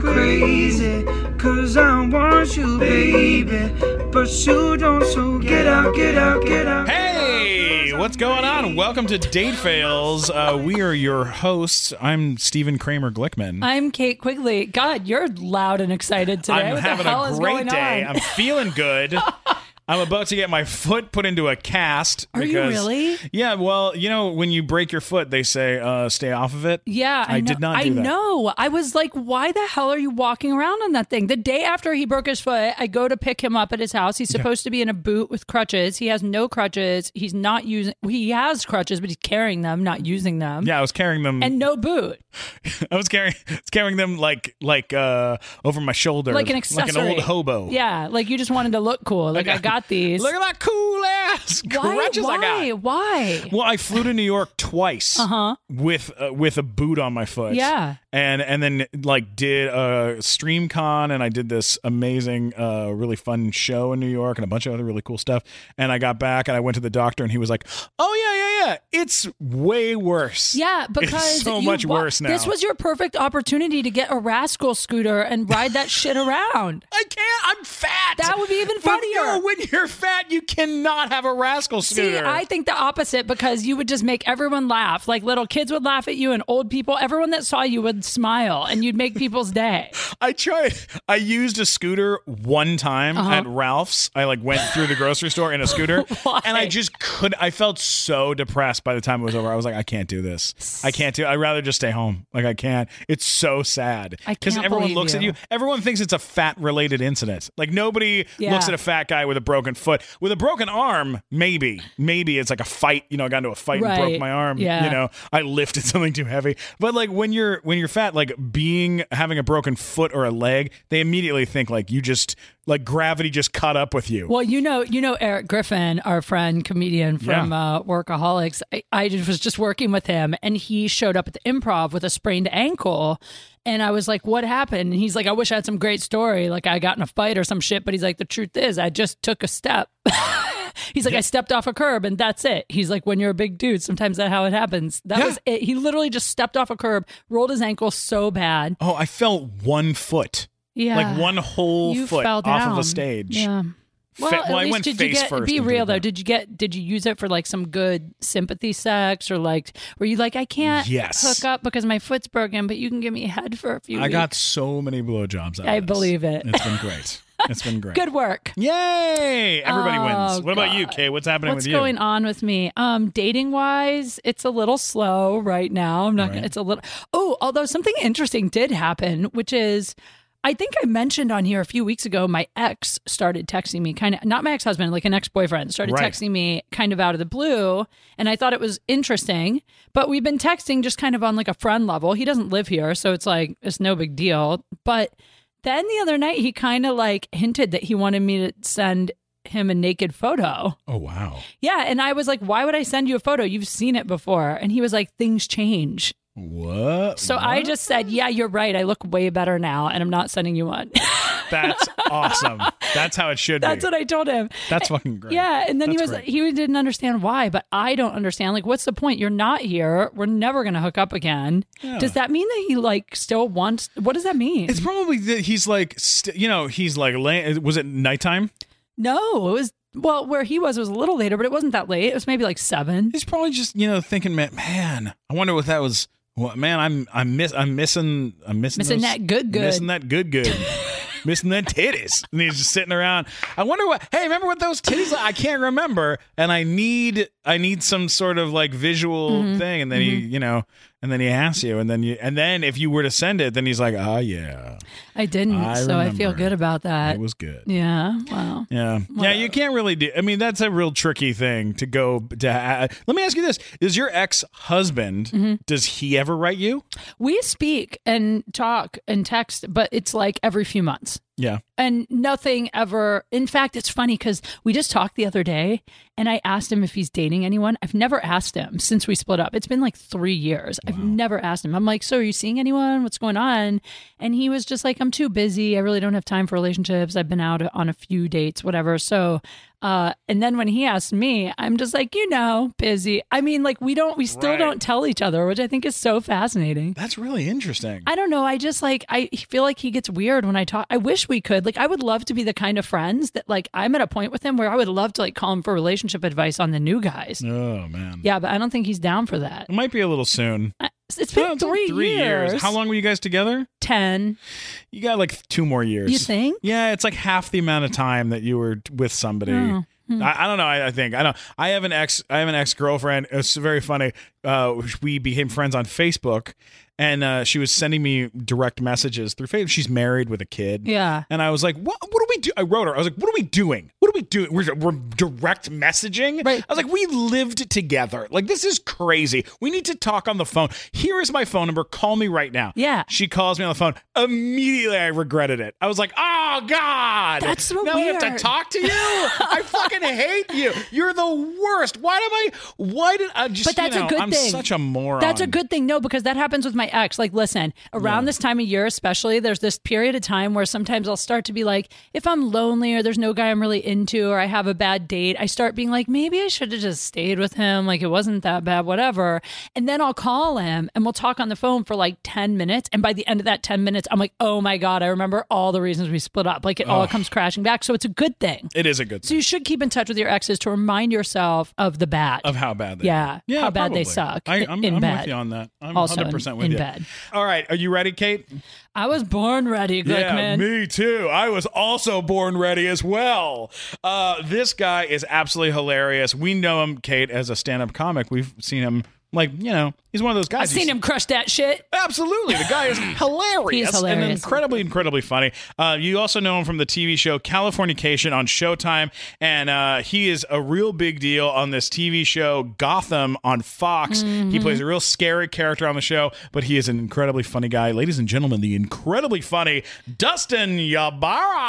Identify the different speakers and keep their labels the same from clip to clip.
Speaker 1: crazy. Cause I want you, baby. But you don't, so get out, get out, get out.
Speaker 2: Hey, what's going on? Welcome to Date Fails. Uh, we are your hosts. I'm Stephen Kramer Glickman.
Speaker 3: I'm Kate Quigley. God, you're loud and excited today.
Speaker 2: I'm
Speaker 3: what
Speaker 2: having
Speaker 3: the hell
Speaker 2: a
Speaker 3: is
Speaker 2: great
Speaker 3: going
Speaker 2: day.
Speaker 3: on?
Speaker 2: I'm feeling good. I'm about to get my foot put into a cast.
Speaker 3: Are you
Speaker 2: because,
Speaker 3: really?
Speaker 2: Yeah. Well, you know, when you break your foot, they say uh, stay off of it.
Speaker 3: yeah, I,
Speaker 2: I
Speaker 3: know.
Speaker 2: did not do
Speaker 3: I
Speaker 2: that.
Speaker 3: know. I was like, "Why the hell are you walking around on that thing?" The day after he broke his foot, I go to pick him up at his house. He's supposed to be in a boot with crutches. He has no crutches. He's not using. He has crutches, but he's carrying them, not using them,
Speaker 2: Yeah, I was carrying them.
Speaker 3: and no boot.
Speaker 2: I was carrying, was carrying them like like uh, over my shoulder,
Speaker 3: Like an accessory,
Speaker 2: like an old hobo.
Speaker 3: Yeah, like you just wanted to look cool. Like I got these.
Speaker 2: Look at that cool ass
Speaker 3: why?
Speaker 2: crutches
Speaker 3: why?
Speaker 2: I got.
Speaker 3: Why?
Speaker 2: Well, I flew to New York twice with uh, with a boot on my foot.
Speaker 3: Uh-huh. Yeah.
Speaker 2: and and then like did a stream con, and I did this amazing, uh, really fun show in New York, and a bunch of other really cool stuff. And I got back, and I went to the doctor, and he was like, "Oh yeah, yeah, yeah, it's way worse.
Speaker 3: Yeah, because
Speaker 2: it's so
Speaker 3: you
Speaker 2: much
Speaker 3: wa-
Speaker 2: worse now.
Speaker 3: This was your perfect opportunity to get a rascal scooter and ride that shit around.
Speaker 2: I can't. I'm fat.
Speaker 3: That would be even
Speaker 2: But no,
Speaker 3: funnier.
Speaker 2: when you're fat, you cannot have a rascal
Speaker 3: See,
Speaker 2: scooter.
Speaker 3: I think the opposite because you would just make everyone laugh. Like little kids would laugh at you, and old people, everyone that saw you would smile, and you'd make people's day.
Speaker 2: I tried. I used a scooter one time
Speaker 3: Uh-huh.
Speaker 2: at Ralph's. I like went through the grocery store in a scooter,
Speaker 3: Why?
Speaker 2: and I just could. I felt so depressed by the time it was over. I was like, I can't do this. I can't do. I'd rather just stay home. Like I can't. It's so sad
Speaker 3: I can't
Speaker 2: everyone
Speaker 3: believe
Speaker 2: looks at
Speaker 3: you.
Speaker 2: you. Everyone thinks it's a fat related incident. Like nobody
Speaker 3: Yeah.
Speaker 2: looks at a fat guy with a broken foot, with a broken arm. Maybe, maybe it's like a fight. You know, I got into a fight and broke
Speaker 3: Right.
Speaker 2: my arm.
Speaker 3: Yeah.
Speaker 2: You know, I lifted something too heavy. But like when you're when you're fat, like being having a broken foot or a leg, they immediately think like you just like gravity just caught up with you.
Speaker 3: Well, you know, you know Eric Griffin, our friend comedian from
Speaker 2: Yeah.
Speaker 3: uh, Workaholics. I, I just- was just working with him, and he showed up at the improv with a sprained ankle, and I was like, "What happened?" And he's like, "I wish I had some great story, like I got in a fight or some shit." But he's like, "The truth is, I just took a step." He's like, I stepped off a curb and that's it. He's like, when you're a big dude, sometimes that's how it happens. That
Speaker 2: Yeah.
Speaker 3: was it. He literally just stepped off a curb, rolled his ankle so bad.
Speaker 2: oh, I felt one foot,
Speaker 3: Yeah.
Speaker 2: like one whole
Speaker 3: You
Speaker 2: foot
Speaker 3: fell
Speaker 2: off of
Speaker 3: down.
Speaker 2: a stage.
Speaker 3: Yeah.
Speaker 2: Fa-
Speaker 3: Well, at
Speaker 2: I
Speaker 3: least
Speaker 2: went
Speaker 3: did you
Speaker 2: face
Speaker 3: get?
Speaker 2: first
Speaker 3: Be
Speaker 2: into the
Speaker 3: real though.
Speaker 2: crowd.
Speaker 3: Did you get? Did you use it for like some good sympathy sex, or like were you like I can't
Speaker 2: Yes.
Speaker 3: hook up because my foot's broken, but you can give me head for a few.
Speaker 2: I got
Speaker 3: weeks"?
Speaker 2: so many blowjobs. out of
Speaker 3: I
Speaker 2: this.
Speaker 3: believe it.
Speaker 2: It's been great. It's been great.
Speaker 3: good work.
Speaker 2: Yay! Everybody wins.
Speaker 3: Oh,
Speaker 2: What about you,
Speaker 3: God.
Speaker 2: Kay? What's happening
Speaker 3: What's
Speaker 2: with you?
Speaker 3: going on with me? Um, dating wise, it's a little slow right now. I'm not.
Speaker 2: Right.
Speaker 3: Gonna, it's a little. Oh, although something interesting did happen, which is, I think I mentioned on here a few weeks ago. My ex started texting me, kind of not my ex husband, like an ex boyfriend, started
Speaker 2: Right.
Speaker 3: texting me kind of out of the blue, and I thought it was interesting. But we've been texting just kind of on like a friend level. He doesn't live here, so it's like it's no big deal. But then the other night, he kind of like hinted that he wanted me to send him a naked photo.
Speaker 2: Oh wow!
Speaker 3: Yeah. And I was like, why would I send you a photo? You've seen it before. And he was like, things change.
Speaker 2: What?
Speaker 3: So I just said, yeah, you're right. I look way better now and I'm not sending you one.
Speaker 2: That's awesome. That's how it should
Speaker 3: That's
Speaker 2: be.
Speaker 3: what I told him.
Speaker 2: That's fucking great.
Speaker 3: Yeah. And then he
Speaker 2: That's
Speaker 3: was,
Speaker 2: great.
Speaker 3: he didn't understand why, but I don't understand. Like, what's the point? You're not here. We're never going to hook up again. Does that mean that he like still wants, what does that mean?
Speaker 2: It's probably that he's like, st- you know, he's like, la- was it nighttime?
Speaker 3: no, it was, well, where he was was a little later, but it wasn't that late. It was maybe like seven.
Speaker 2: He's probably just, you know, thinking, man, man I wonder what that was. What, man, I'm, I'm miss, I'm missing, I'm missing,
Speaker 3: Missing
Speaker 2: those-
Speaker 3: that good good.
Speaker 2: missing that good good, missing that titties. And he's just sitting around. I wonder what. Hey, remember what those titties? I can't remember, and I need, I need some sort of like visual
Speaker 3: Mm-hmm.
Speaker 2: thing. And then he, you know, and then he asks you, and then you, and then if you were to send it, then he's like, ah, yeah,
Speaker 3: I didn't.
Speaker 2: I
Speaker 3: so I feel
Speaker 2: remember.
Speaker 3: good about that.
Speaker 2: it was good.
Speaker 3: Yeah. Wow.
Speaker 2: Yeah. Yeah,
Speaker 3: uh,
Speaker 2: you can't really do. I mean, that's a real tricky thing to go to. ha- Let me ask you this. Is your ex-husband
Speaker 3: Mm-hmm.
Speaker 2: does he ever write you?
Speaker 3: We speak and talk and text, but it's like every few months.
Speaker 2: Yeah.
Speaker 3: And nothing ever. In fact, it's funny because we just talked the other day and I asked him if he's dating anyone. I've never asked him since we split up. It's been like three years. I've never asked him. I'm like, So are you seeing anyone? What's going on? And he was just like, I'm too busy. I really don't have time for relationships. I've been out on a few dates, whatever. So Uh, and then when he asked me, I'm just like, you know, busy. I mean, like we don't, we still
Speaker 2: Right.
Speaker 3: don't tell each other, which I think is so fascinating.
Speaker 2: That's really interesting.
Speaker 3: I don't know. I just like I feel like he gets weird when I talk. I wish we could. Like I would love to be the kind of friends that like I'm at a point with him where I would love to like call him for relationship advice on the new guys.
Speaker 2: oh man.
Speaker 3: Yeah, but I don't think he's down for that.
Speaker 2: It might be a little soon.
Speaker 3: I- It's
Speaker 2: No,
Speaker 3: been
Speaker 2: it's only
Speaker 3: three, years.
Speaker 2: How long were you guys together?
Speaker 3: Ten.
Speaker 2: You got like two more years.
Speaker 3: You think?
Speaker 2: Yeah, it's like half the amount of time that you were with somebody.
Speaker 3: Oh,
Speaker 2: I, I don't know. I, I think I don't. I have an ex. I have an ex girlfriend. It's very funny. Uh, we became friends on Facebook, and uh, she was sending me direct messages through Facebook. She's married with a kid.
Speaker 3: Yeah.
Speaker 2: And I was like, "What? What are we do?" I wrote her. I was like, "What are we doing? What are we doing? We're, we're direct messaging."
Speaker 3: Right.
Speaker 2: I was like, "We lived together. Like this is crazy. We need to talk on the phone. Here is my phone number. Call me right now."
Speaker 3: Yeah.
Speaker 2: She calls me on the phone. Immediately, I regretted it. I was like, "Oh God,
Speaker 3: That's so
Speaker 2: now I have
Speaker 3: weird.
Speaker 2: to talk to you. I fucking hate you. You're the worst. Why am I? Why did I just?
Speaker 3: But that's
Speaker 2: you know,
Speaker 3: a good
Speaker 2: I'm
Speaker 3: thing.
Speaker 2: such a moron.
Speaker 3: That's a good thing, no, because that happens with my ex. Like, listen, around this time of year, especially, there's this period of time where sometimes I'll start to be like, if I'm lonely or there's no guy I'm really into or I have a bad date, I start being like, maybe I should have just stayed with him. Like, it wasn't that bad, whatever. And then I'll call him and we'll talk on the phone for like 10 minutes. And by the end of that 10 minutes, I'm like, oh my God, I remember all the reasons we split up. Like, it all comes crashing back. So it's a good thing.
Speaker 2: It is a good
Speaker 3: So
Speaker 2: thing
Speaker 3: you should keep in touch with your exes to remind yourself of the bad.
Speaker 2: of how bad they.
Speaker 3: Yeah,
Speaker 2: are. yeah,
Speaker 3: how bad
Speaker 2: probably.
Speaker 3: they suck
Speaker 2: I,
Speaker 3: in-
Speaker 2: I'm,
Speaker 3: in
Speaker 2: I'm
Speaker 3: bed.
Speaker 2: with you on that. I'm
Speaker 3: Also in-
Speaker 2: 100 percent with
Speaker 3: in
Speaker 2: you.
Speaker 3: bed.
Speaker 2: All right, are you ready, Kate?
Speaker 3: I was born ready, Glickman.
Speaker 2: me too. I was also born ready as well. Uh, this guy is absolutely hilarious. We know him, Kate, as a stand-up comic. We've seen him. Like you know, he's one of those guys.
Speaker 3: I've
Speaker 2: you
Speaker 3: seen him crush that shit.
Speaker 2: Absolutely. The guy is hilarious.
Speaker 3: He is hilarious.
Speaker 2: And incredibly, incredibly funny. Uh, you also know him from the TV show Californication on Showtime. And uh, he is a real big deal on this TV show Gotham on Fox.
Speaker 3: Mm-hmm.
Speaker 2: He plays a real scary character on the show, but he is an incredibly funny guy. Ladies and gentlemen, the incredibly funny Dustin Yabara.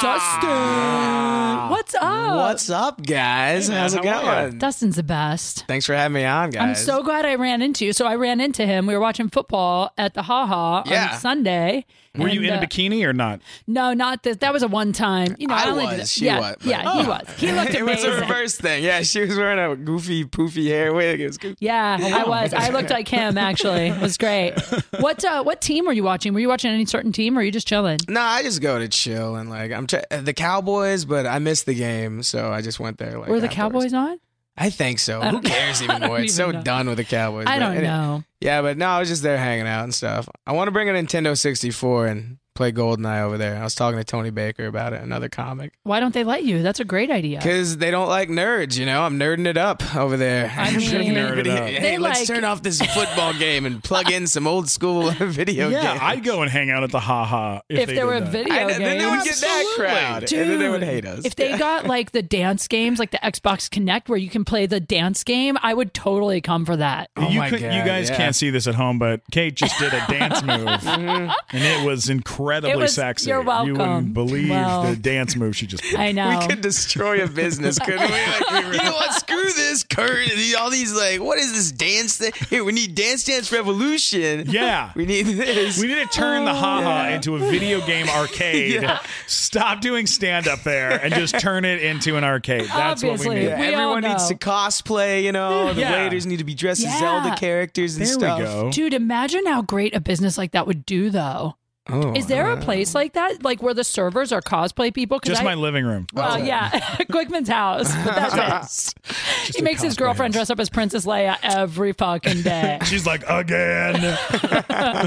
Speaker 3: Dustin, what's up?
Speaker 4: Ah, What's up, guys?
Speaker 2: man,
Speaker 4: How's it
Speaker 2: how are
Speaker 4: going?
Speaker 3: Dustin's the best.
Speaker 4: Thanks for having me on, guys.
Speaker 3: I'm so glad I ran into you. So I ran into him. We were watching football at the Ha Ha
Speaker 4: Yeah.
Speaker 3: on Sunday.
Speaker 2: Were you
Speaker 3: And,
Speaker 2: in
Speaker 3: uh,
Speaker 2: a bikini or not?
Speaker 3: No, not this. That was a one time. You know, I,
Speaker 4: I
Speaker 3: only did
Speaker 4: was,
Speaker 3: it-
Speaker 4: she
Speaker 3: yeah,
Speaker 4: was, but-
Speaker 3: yeah, he was. He looked
Speaker 4: it was
Speaker 3: amazing.
Speaker 4: a reverse thing. Yeah, she was wearing a goofy, poofy hair wig. It was goofy.
Speaker 3: Yeah, I was. I looked like him. Actually, it was great. What uh, what team were you watching? Were you watching any certain team, or are you just chilling?
Speaker 4: No, I just go to chill and like I'm try- uh, the Cowboys, but I missed the game, so I just went there. Like,
Speaker 3: Were the
Speaker 4: afterwards.
Speaker 3: Cowboys on?
Speaker 4: I think so. Who cares
Speaker 3: I
Speaker 4: even
Speaker 3: don't
Speaker 4: more? It's
Speaker 3: even
Speaker 4: so
Speaker 3: know.
Speaker 4: done with the Cowboys.
Speaker 3: I
Speaker 4: but
Speaker 3: don't
Speaker 4: any-
Speaker 3: know.
Speaker 4: Yeah, but no, I was just there hanging out and stuff. I want to bring a Nintendo 64 and play GoldenEye over there. I was talking to Tony Baker about it, another comic.
Speaker 3: Why don't they let you? That's a great idea.
Speaker 4: Because they don't like nerds, you know. I'm nerding it up over there.
Speaker 3: I mean, Nerd
Speaker 2: it up.
Speaker 4: hey,
Speaker 3: They
Speaker 4: let's
Speaker 3: like-
Speaker 4: turn off this football game and plug in some old school video
Speaker 2: Yeah,
Speaker 4: games.
Speaker 2: I'd go and hang out at the Ha Ha if,
Speaker 3: if
Speaker 2: they
Speaker 3: there
Speaker 2: did
Speaker 3: were
Speaker 2: that.
Speaker 3: video
Speaker 4: I,
Speaker 3: games,
Speaker 4: then they would get that
Speaker 2: Absolutely.
Speaker 4: crowd, and then they would hate us.
Speaker 3: If they got like the dance games, like the Xbox Connect, where you can play the dance game, I would totally come for that.
Speaker 4: Oh
Speaker 2: you,
Speaker 4: my
Speaker 2: could- you
Speaker 4: God,
Speaker 2: guys
Speaker 4: yeah.
Speaker 2: can't see this at home, but Kate just did a dance move, and it was incredibly
Speaker 3: Mm-hmm. It was-
Speaker 2: sexy.
Speaker 3: you're
Speaker 2: You
Speaker 3: welcome.
Speaker 2: wouldn't believe
Speaker 3: Well.
Speaker 2: the dance move she just. Did.
Speaker 3: I know.
Speaker 4: we could destroy a business, couldn't we? Like, you know what? Screw this, Kurt. These- All these like, what is this dance thing? Here, we need Dance Dance Revolution.
Speaker 2: Yeah.
Speaker 4: we need this.
Speaker 2: We need to turn the ha ha into a video game arcade. Stop doing stand up there and just turn it into an arcade. That's what we
Speaker 3: Obviously.
Speaker 2: need.
Speaker 4: Yeah,
Speaker 3: We all
Speaker 4: everyone needs
Speaker 3: know.
Speaker 4: to cosplay, you know. The
Speaker 2: Yeah.
Speaker 4: waiters need to be dressed
Speaker 3: Yeah.
Speaker 4: as Zelda characters and
Speaker 2: There
Speaker 4: stuff.
Speaker 2: we go.
Speaker 3: Dude, imagine how great a business like that would do, though.
Speaker 4: Oh,
Speaker 3: Is there a place like that, like where the servers are cosplay people? 'Cause
Speaker 2: Just
Speaker 3: I-
Speaker 2: my living room.
Speaker 3: Well, yeah, Glickman's house. But that's it. he
Speaker 2: a
Speaker 3: makes his
Speaker 2: cosplay
Speaker 3: girlfriend
Speaker 2: house.
Speaker 3: dress up as Princess Leia every fucking day.
Speaker 2: She's like again.
Speaker 3: oh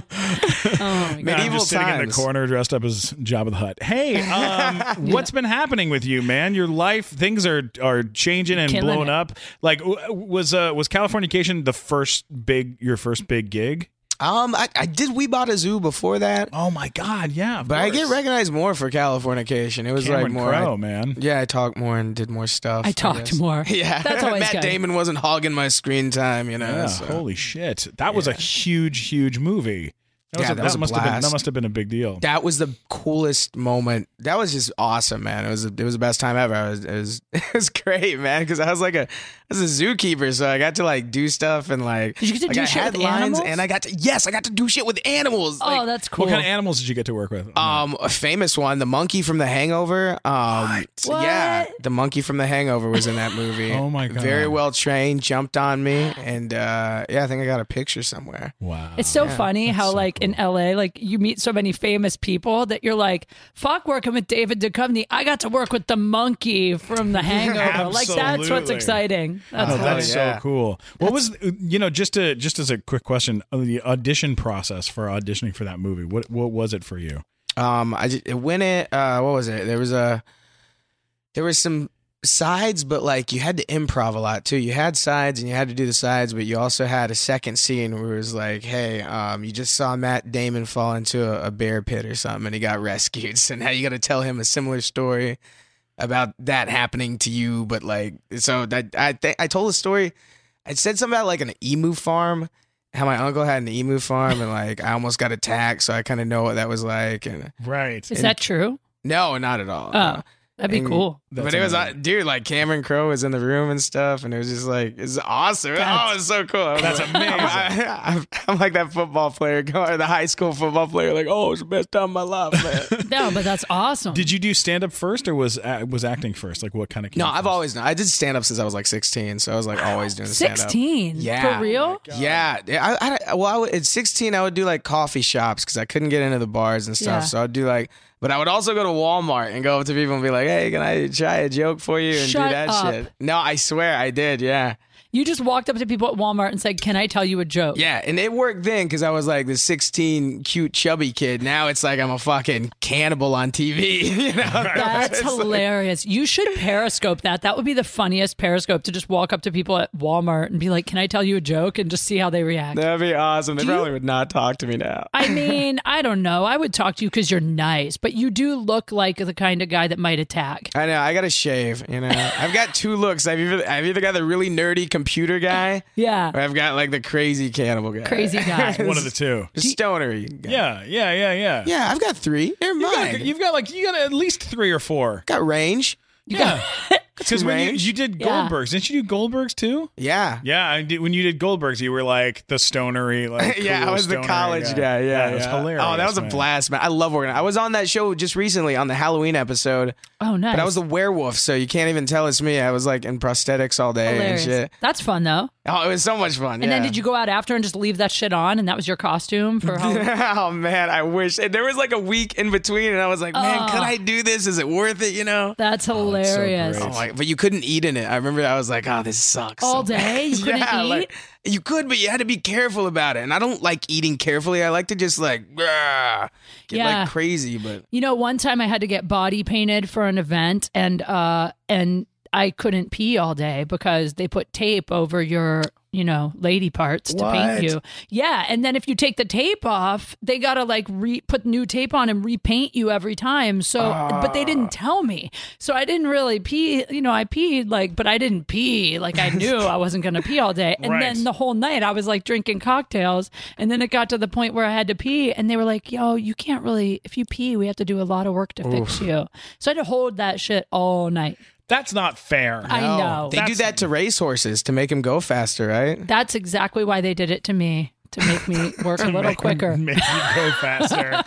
Speaker 3: my
Speaker 4: Man,
Speaker 3: god!
Speaker 2: I'm just sitting in the
Speaker 4: times.
Speaker 2: corner dressed up as Jabba the Hutt. Hey, um, what's been happening with you, man? Your life, things are are changing and
Speaker 3: Killing
Speaker 2: blowing
Speaker 3: it.
Speaker 2: up. Like, w- was uh, was Californication the first big your first big gig?
Speaker 4: Um, I, I did We Bought a Zoo before that,
Speaker 2: Oh my God, yeah.
Speaker 4: but I get recognized more for Californication. It was
Speaker 2: Cameron
Speaker 4: like more. I-
Speaker 2: Crowe, man.
Speaker 4: yeah, I talked more and did more stuff.
Speaker 3: I talked
Speaker 4: guess.
Speaker 3: more.
Speaker 4: Yeah,
Speaker 3: that's always
Speaker 4: Matt
Speaker 3: good.
Speaker 4: Damon wasn't hogging my screen time, you know.
Speaker 2: Yeah,
Speaker 4: so.
Speaker 2: Holy shit, that was a huge, huge movie. That, was
Speaker 4: Yeah,
Speaker 2: a,
Speaker 4: that
Speaker 2: that,
Speaker 4: was a
Speaker 2: must have been that
Speaker 4: blast.
Speaker 2: must have been a big deal.
Speaker 4: That was the coolest moment. That was just awesome, man. It was it was the best time ever. It was it was, it was great, man. Because I was like a I was a zookeeper, so I got to like do stuff and like
Speaker 3: Did you get to
Speaker 4: like,
Speaker 3: do
Speaker 4: I
Speaker 3: shit
Speaker 4: had
Speaker 3: with
Speaker 4: lines
Speaker 3: animals?
Speaker 4: and I got to yes, I got to do shit with animals.
Speaker 3: oh,
Speaker 4: Like,
Speaker 3: that's cool.
Speaker 2: What kind of animals did you get to work with?
Speaker 4: um, a famous one, the monkey from The Hangover. Um, yeah,
Speaker 3: What?
Speaker 4: the monkey from The Hangover was in that movie.
Speaker 2: Oh my God.
Speaker 4: Very well trained, jumped on me, and uh, yeah, I think I got a picture somewhere.
Speaker 2: wow.
Speaker 3: It's so funny how like in LA, like you meet so many famous people that you're like, fuck working with David Duchovny. I got to work with the monkey from The Hangover. like that's what's
Speaker 2: Absolutely.
Speaker 3: exciting. That's
Speaker 2: Oh,
Speaker 3: hilarious.
Speaker 2: that's
Speaker 4: yeah.
Speaker 2: so cool. What was uh, you know just to just as a quick question uh, the audition process for auditioning for that movie? What what was it for you?
Speaker 4: Um, I just, when it uh, what was it? There was a there was some sides, but like you had to improv a lot too. You had sides and you had to do the sides, but you also had a second scene where it was like, hey, um, you just saw Matt Damon fall into a, a bear pit or something, and he got rescued. So now you got to tell him a similar story about that happening to you, but like, so that I think I told a story. I said something about like an emu farm, how my uncle had an emu farm, and like I almost got attacked, so I kind of know what that was like. And
Speaker 2: Right.
Speaker 3: Is that true?
Speaker 4: no, not at all.
Speaker 3: Oh, that'd be
Speaker 4: and-
Speaker 3: cool.
Speaker 4: but it was, uh,
Speaker 2: amazing.
Speaker 4: dude, like Cameron Crowe was in the room and stuff, and it was just like, it's awesome.
Speaker 3: That's-
Speaker 4: oh, it's so cool. That's
Speaker 2: amazing.
Speaker 4: I'm, I'm, I'm like that football player, or the high school football player, like, oh, it's the best time of my life, man.
Speaker 3: No, but that's awesome.
Speaker 2: Did you do stand up first or was uh, was acting first? Like what kind of?
Speaker 4: no, I've always, known. I did stand up since I was like 16, so I was like always doing stand up.
Speaker 3: 16?
Speaker 4: Yeah.
Speaker 3: For real?
Speaker 4: Yeah, yeah. I, I well, I would, at sixteen, I would do like coffee shops because I couldn't get into the bars and stuff.
Speaker 3: Yeah.
Speaker 4: So I'd do like, but I would also go to Walmart and go up to people and be like, "Hey, can I try a joke for you?" and
Speaker 3: Shut
Speaker 4: do that
Speaker 3: up.
Speaker 4: shit. No, I swear I did. Yeah,
Speaker 3: You just walked up to people at Walmart and said, Can I tell you a joke?
Speaker 4: yeah, and it worked then because I was like the sixteen, cute, chubby kid. Now it's like I'm a fucking cannibal on TV. You know,
Speaker 3: That's
Speaker 4: It's like-
Speaker 3: hilarious. You should Periscope that. That would be the funniest Periscope to just walk up to people at Walmart and be like, Can I tell you a joke? And just see how they react.
Speaker 4: That'd be awesome. They
Speaker 3: you-
Speaker 4: probably would not talk to me now.
Speaker 3: I mean, I don't know. I would talk to you because you're nice, but you do look like the kind of guy that might attack.
Speaker 4: I know. I gotta shave. You know, I've got two looks. I've either I've either got the really nerdy computer guy.
Speaker 3: Yeah.
Speaker 4: Or I've got like the crazy cannibal guy.
Speaker 3: Crazy guy.
Speaker 2: one of the two.
Speaker 4: The stonery guy.
Speaker 2: Yeah, yeah, yeah, yeah.
Speaker 4: Yeah, I've got three. Never
Speaker 2: You've
Speaker 4: mind.
Speaker 2: got, you've got like you got at least three or four.
Speaker 4: got range.
Speaker 2: yeah. Because when you,
Speaker 4: range.
Speaker 2: you did
Speaker 3: Yeah.
Speaker 2: Goldbergs, didn't you do Goldbergs too?
Speaker 4: Yeah.
Speaker 2: Yeah, I did, when you did Goldbergs, you were like the stonery, like
Speaker 4: yeah, I
Speaker 2: cool
Speaker 4: was the
Speaker 2: stoner
Speaker 4: college guy. Yeah,
Speaker 2: it was
Speaker 4: yeah.
Speaker 2: hilarious.
Speaker 4: Oh, that was
Speaker 2: man.
Speaker 4: a blast, man. I love working. I was on that show just recently on the Halloween episode,
Speaker 3: Oh, nice.
Speaker 4: but I was the werewolf, so you can't even tell it's me. I was like in prosthetics all day
Speaker 3: Hilarious.
Speaker 4: and shit.
Speaker 3: That's fun though.
Speaker 4: Oh, it was so much fun.
Speaker 3: And then did you go out after and just leave that shit on, and that was your costume for Halloween?
Speaker 4: Oh man, I wish and there was like a week in between, and I was like,
Speaker 3: Oh.
Speaker 4: man, could I do this? Is it worth it? You know?
Speaker 3: That's hilarious.
Speaker 4: Oh, my, but you couldn't eat in it. I remember I was like, oh, this sucks.
Speaker 3: All day you couldn't eat.
Speaker 4: like, you could, but you had to be careful about it. And I don't like eating carefully. I like to just like grr, get
Speaker 3: Yeah.
Speaker 4: like crazy. But
Speaker 3: You know, one time I had to get body painted for an event and uh and I couldn't pee all day because they put tape over your, you know, lady parts to paint
Speaker 4: What?
Speaker 3: you. Yeah, and then if you take the tape off, they got to like re put new tape on and repaint you every time. So but they didn't tell me. So I didn't really pee, you know, I peed like but I didn't pee. Like I knew I wasn't going to pee all day. And
Speaker 2: Right.
Speaker 3: then the whole night I was like drinking cocktails and then it got to the point where I had to pee and they were like, "Yo, you can't really if you pee, we have to do a lot of work to fix you." So I had to hold that shit all night.
Speaker 2: That's not fair.
Speaker 3: I
Speaker 4: Oh,
Speaker 3: know.
Speaker 4: they do that to racehorses to make them go faster, right?
Speaker 3: That's exactly why they did it to me to make me work a little quicker.
Speaker 2: Make you go faster.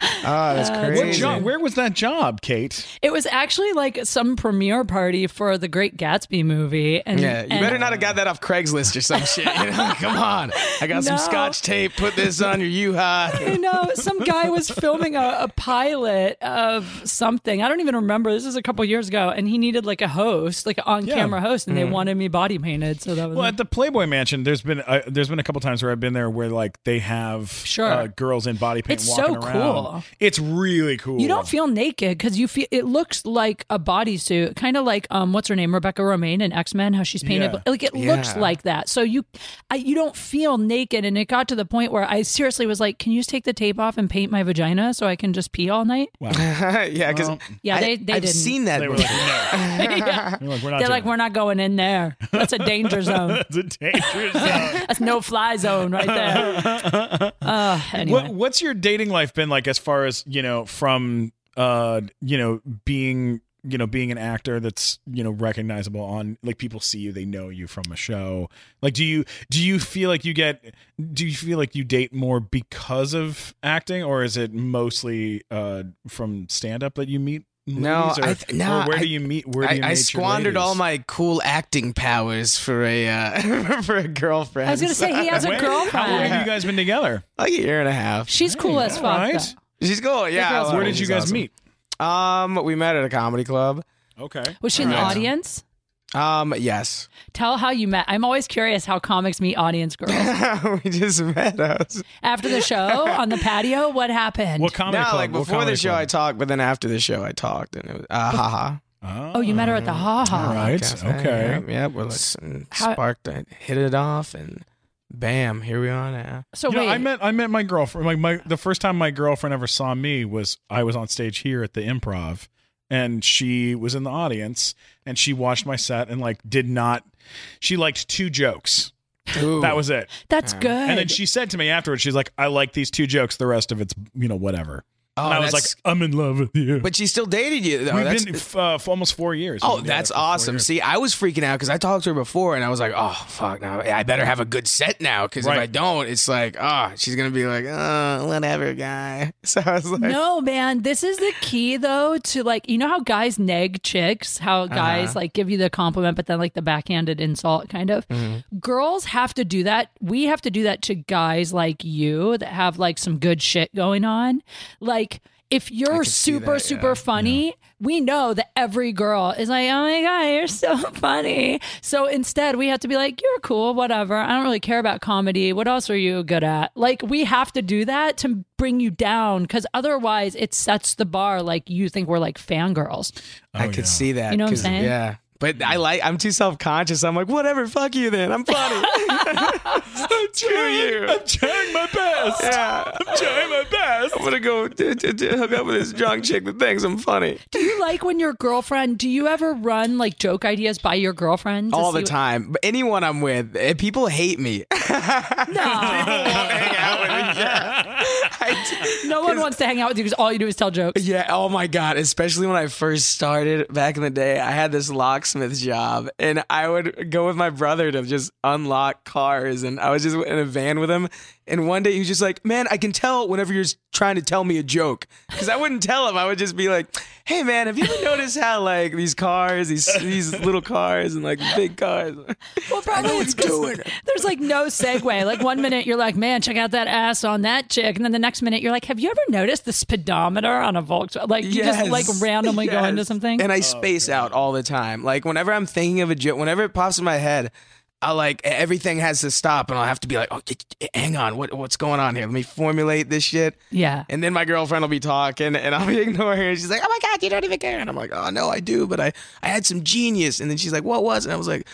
Speaker 4: Oh, that's crazy.
Speaker 2: what job? Where was that job, Kate?
Speaker 3: It was actually like some premiere party for the Great Gatsby movie and
Speaker 4: Yeah, you
Speaker 3: and-
Speaker 4: better not have got that off Craigslist or some shit. You know? Come on, I got some
Speaker 3: No.
Speaker 4: scotch tape. Put this on your U-Haul.
Speaker 3: I know some guy was filming a, a pilot of something. I don't even remember. This is a couple years ago, and he needed like a host, like an on-camera host, and
Speaker 4: Mm.
Speaker 3: they wanted me body painted. So that was
Speaker 2: Well, at the Playboy Mansion, there's been uh, there's been a couple times where I've been there where like they have
Speaker 3: Sure.
Speaker 2: uh, girls in body paint
Speaker 3: It's
Speaker 2: walking
Speaker 3: so
Speaker 2: around,
Speaker 3: cool.
Speaker 2: It's really cool.
Speaker 3: You don't feel naked because you feel it looks like a bodysuit, kind of like um, what's her name, Rebecca Romaine in X Men, how she's painted.
Speaker 2: Yeah.
Speaker 3: Like it looks
Speaker 4: Yeah.
Speaker 3: like that. So you, I, you don't feel naked, and it got to the point where I seriously was like, "Can you just take the tape off and paint my vagina so I can just pee all night?"
Speaker 4: yeah, because
Speaker 2: Well,
Speaker 3: Yeah, they- they
Speaker 4: I've
Speaker 3: didn't.
Speaker 4: seen that.
Speaker 2: They were
Speaker 4: before.
Speaker 2: like, no.
Speaker 3: Yeah.
Speaker 2: They're like, we're not. doing
Speaker 3: They're like,
Speaker 2: that.
Speaker 3: "We're not going in there. That's a danger zone.
Speaker 2: That's a dangerous zone.
Speaker 3: That's no fly zone right there." Uh, anyway.
Speaker 2: What, what's your dating life been like as far as you know from uh you know being you know being an actor that's you know recognizable on like people see you they know you from a show like do you do you feel like you get do you feel like you date more because of acting or is it mostly uh from stand up that you meet
Speaker 4: No,
Speaker 2: ladies? or,
Speaker 4: I th- no,
Speaker 2: or where
Speaker 4: I-
Speaker 2: do you meet where do you meet
Speaker 4: I, I
Speaker 2: your
Speaker 4: squandered
Speaker 2: ladies?
Speaker 4: all my cool acting powers for a uh, for a girlfriend.
Speaker 3: I was gonna say he has a
Speaker 2: When- how long
Speaker 3: girlfriend.
Speaker 2: have you guys been together
Speaker 4: like a year and a half.
Speaker 3: She's cool as
Speaker 2: all
Speaker 3: fuck.
Speaker 2: right.
Speaker 3: though.
Speaker 4: She's cool. Yeah.
Speaker 3: girl's
Speaker 4: I love
Speaker 2: where
Speaker 4: her.
Speaker 2: did you
Speaker 4: She's
Speaker 2: guys
Speaker 4: awesome.
Speaker 2: meet
Speaker 4: Um, we met at a comedy club.
Speaker 2: okay
Speaker 3: Was she in the
Speaker 4: Right.
Speaker 3: audience?
Speaker 4: Um, yes.
Speaker 3: Tell how you met. I'm always curious how comics meet audience girls.
Speaker 4: we just met us.
Speaker 3: After the show on the patio, what happened?
Speaker 2: what comedy
Speaker 4: No,
Speaker 2: club?
Speaker 4: like
Speaker 2: What
Speaker 4: before
Speaker 2: comedy
Speaker 4: the show, I
Speaker 2: club?
Speaker 4: talked, but then after the show, I talked, and it was uh, haha.
Speaker 3: oh, you met her at the Ha
Speaker 2: All
Speaker 3: Ha.
Speaker 2: right. Okay.
Speaker 4: Yeah, yeah well, listen,
Speaker 3: How-
Speaker 4: sparked it, hit it off, and bam, here we are now.
Speaker 3: So
Speaker 2: You know,
Speaker 3: wait,
Speaker 2: I met I met my girlfriend. Like my the first time my girlfriend ever saw me was I was on stage here at the Improv, and she was in the audience and she watched my set and like did not. She liked two jokes. That was it.
Speaker 3: that's good.
Speaker 2: And then she said to me afterwards, she's like, "I like these two jokes. The rest of it's you know whatever."
Speaker 4: Oh,
Speaker 2: and I was like,
Speaker 4: that's-
Speaker 2: "I'm in love with you."
Speaker 4: but she still dated you though.
Speaker 2: We've
Speaker 4: that's,
Speaker 2: been f- uh, for almost four years.
Speaker 4: oh,
Speaker 2: We've been together
Speaker 4: that's
Speaker 2: for four
Speaker 4: awesome.
Speaker 2: years.
Speaker 4: See, I was freaking out because I talked to her before, and I was like, oh fuck, now I better have a good set now because
Speaker 2: Right.
Speaker 4: if I don't, it's like, oh, she's gonna be like, uh, whatever, guy. So I was like,
Speaker 3: no, man, this is the key though to like you know how guys neg chicks, how guys
Speaker 2: Uh-huh.
Speaker 3: like give you the compliment but then like the backhanded insult kind of.
Speaker 2: Mm-hmm.
Speaker 3: Girls have to do that. We have to do that to guys like you that have like some good shit going on. Like if you're
Speaker 4: see
Speaker 3: super
Speaker 4: that, yeah.
Speaker 3: super funny, we know that every girl is like, "Oh my god, you're so funny." So instead, we have to be like, "You're cool, whatever. I don't really care about comedy. What else are you good at?" Like we have to do that to bring you down cuz otherwise it sets the bar like you think we're like fangirls.
Speaker 2: Oh,
Speaker 4: I could
Speaker 2: yeah. Mm.
Speaker 4: see that.
Speaker 3: You know what I'm
Speaker 4: 'cause-
Speaker 3: saying?
Speaker 4: Yeah. But I like I'm too self conscious. I'm like, whatever, fuck you then. I'm funny. Screw you.
Speaker 2: I'm trying my best.
Speaker 4: Yeah.
Speaker 2: I'm trying my best.
Speaker 4: I'm gonna go d- d- d- hook up with this drunk chick that thinks I'm funny
Speaker 3: Do you like when your girlfriend, do you ever run like joke ideas by your girlfriend? to
Speaker 4: all
Speaker 3: see
Speaker 4: the
Speaker 3: what-
Speaker 4: time. But anyone I'm with, eh, people hate me.
Speaker 3: No.
Speaker 4: Hang out with me. Yeah. I d-
Speaker 3: no one wants to hang out with you cuz all you do is tell jokes.
Speaker 4: Yeah, oh my God. Especially when I first started back in the day, I had this locksmith job and I would go with my brother to just unlock cars. And I was just in a van with him. And one day he was just like, Man, I can tell whenever you're trying to tell me a joke. Cause I wouldn't tell him. I would just be like, Hey, man, have you ever noticed how like these cars, these, these little cars and like big cars?
Speaker 3: Well, probably it's
Speaker 4: what you're
Speaker 3: 'cause
Speaker 4: doing.
Speaker 3: There's like no segue. Like one minute you're like, man, check out that ass on that chick, and then the next minute you're like, have you ever noticed the speedometer on a Volkswagen? Like you just like
Speaker 4: Yes.
Speaker 3: randomly go
Speaker 4: Yes.
Speaker 3: into something.
Speaker 4: And I space out all the time. Like whenever I'm thinking of a joke, whenever it pops in my head, I like e-, everything has to stop, and I'll have to be like, "Oh, get- get- hang on, what what's going on here? Let me formulate this shit."
Speaker 3: yeah.
Speaker 4: And then my girlfriend will be talking, and I'll be ignoring her. She's like, "Oh my god, you don't even care," and I'm like, "Oh no, I do, but I I had some genius." And then she's like, "What was?" it?" And I was like.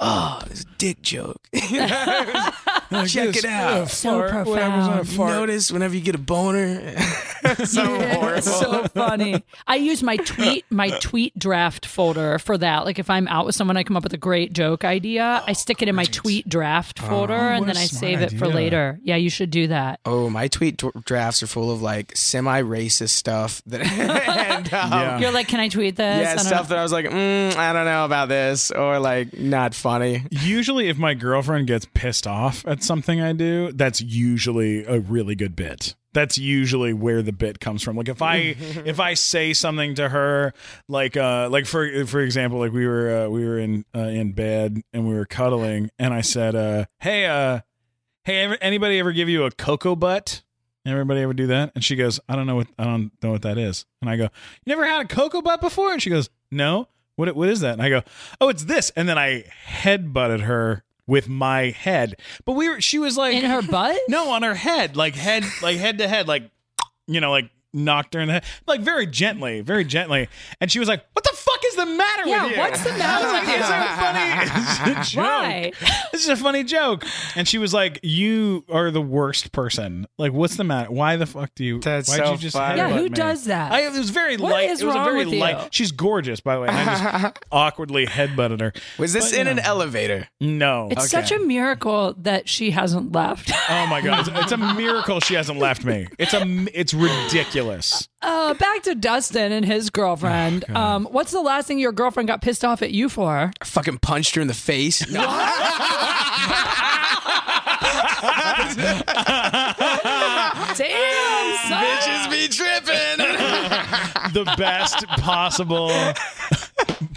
Speaker 4: Oh, it's a dick joke. Check it out.
Speaker 3: So profound.
Speaker 4: Notice whenever you get a boner. so horrible.
Speaker 3: so funny. I use my tweet my tweet draft folder for that. Like if I'm out with someone, I come up with a great joke idea. I stick it in my tweet draft folder, and
Speaker 2: Oh, what a
Speaker 3: then I
Speaker 2: smart
Speaker 3: save it for
Speaker 2: idea.
Speaker 3: later. Yeah, you should do that.
Speaker 4: Oh, my tweet dr- drafts are full of like semi-racist stuff that, and, um,
Speaker 2: Yeah.
Speaker 4: yeah,
Speaker 3: You're like, can I tweet this? I don't know.
Speaker 4: stuff that I was like, mm, I don't know about this, or like not funny.
Speaker 2: Usually, if my girlfriend gets pissed off at something I do, that's usually a really good bit. That's usually where the bit comes from. Like if I if I say something to her, like uh like for for example, like we were uh, we were in uh, in bed and we were cuddling, and I said, uh, "Hey, uh, hey, ever, anybody ever give you a cocoa butt?" Everybody ever do that? And she goes, "I don't know what I don't know what that is." And I go, "You never had a cocoa butt before?" And she goes, "No." What what is that? And I go, "Oh, it's this." And then I headbutted her with my head. But we were she was like
Speaker 3: in her butt.
Speaker 2: no, on her head, like head, like head to head, like you know, like knocked her in the head, like very gently, very gently. And she was like, "What the fuck is the matter
Speaker 3: Yeah,
Speaker 2: with you?
Speaker 3: what's the matter
Speaker 2: I was
Speaker 3: with
Speaker 2: like, "Is that funny? It's a joke.
Speaker 3: Why?
Speaker 2: This is a funny joke." And she was like, "You are the worst person. Like, what's the matter? Why the fuck do you?
Speaker 4: That's
Speaker 2: why'd
Speaker 4: so
Speaker 2: you just
Speaker 4: funny.
Speaker 2: headbutt
Speaker 3: Yeah, who
Speaker 2: me?"
Speaker 3: does that?
Speaker 2: I, it was very
Speaker 3: What
Speaker 2: light.
Speaker 3: is
Speaker 2: it was
Speaker 3: wrong
Speaker 2: a very
Speaker 3: with you?
Speaker 2: light. She's gorgeous, by the way. And I just awkwardly headbutted her.
Speaker 4: Was this
Speaker 2: But,
Speaker 4: in
Speaker 2: you
Speaker 4: an
Speaker 2: know,
Speaker 4: elevator?
Speaker 2: No.
Speaker 3: it's such a miracle that she hasn't left.
Speaker 2: Oh my god, it's, it's a miracle she hasn't left me. It's a, m- it's ridiculous.
Speaker 3: Uh, back to Dustin and his girlfriend.
Speaker 2: Oh,
Speaker 3: um, what's the last thing your girlfriend got pissed off at you for?
Speaker 4: I fucking punched her in the face. No.
Speaker 3: Damn, son.
Speaker 4: Bitches be tripping.
Speaker 2: The best possible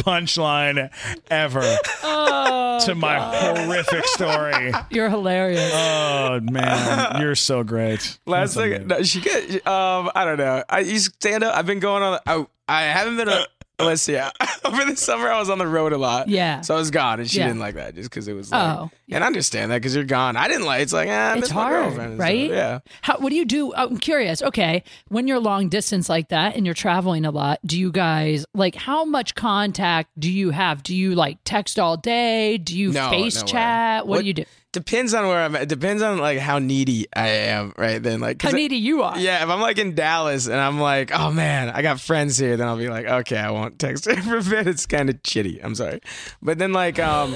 Speaker 2: punchline ever
Speaker 3: Oh,
Speaker 2: to my horrific story.
Speaker 3: You're hilarious.
Speaker 2: Oh man, you're so great.
Speaker 4: Last
Speaker 2: You're so
Speaker 4: thing,
Speaker 2: great.
Speaker 4: no, she got. Um, I don't know. I you stand up. I've been going on. I, I haven't been. A, let's see. Over the summer, I was on the road a lot.
Speaker 3: Yeah.
Speaker 4: So I was gone, and she
Speaker 3: Yeah.
Speaker 4: didn't like that just because it was. Like,
Speaker 3: Oh,
Speaker 4: And I understand that because you're gone. I didn't like. It's like eh, I
Speaker 3: it's
Speaker 4: miss my
Speaker 3: hard,
Speaker 4: girlfriend and stuff.
Speaker 3: right?
Speaker 4: Yeah.
Speaker 3: How, what do you do? I'm curious. Okay, when you're long distance like that and you're traveling a lot, do you guys like how much contact do you have? Do you like text all day? Do you
Speaker 4: No,
Speaker 3: face
Speaker 4: no way.
Speaker 3: chat? What, do you do?
Speaker 4: Depends on where I'm at. Depends on like how needy I am, right? Then like 'cause
Speaker 3: How
Speaker 4: I-
Speaker 3: needy you are.
Speaker 4: Yeah, if I'm like in Dallas and I'm like, oh man, I got friends here, then I'll be like, okay, I won't text her for a bit. It's kind of shitty. I'm sorry, but then like, um,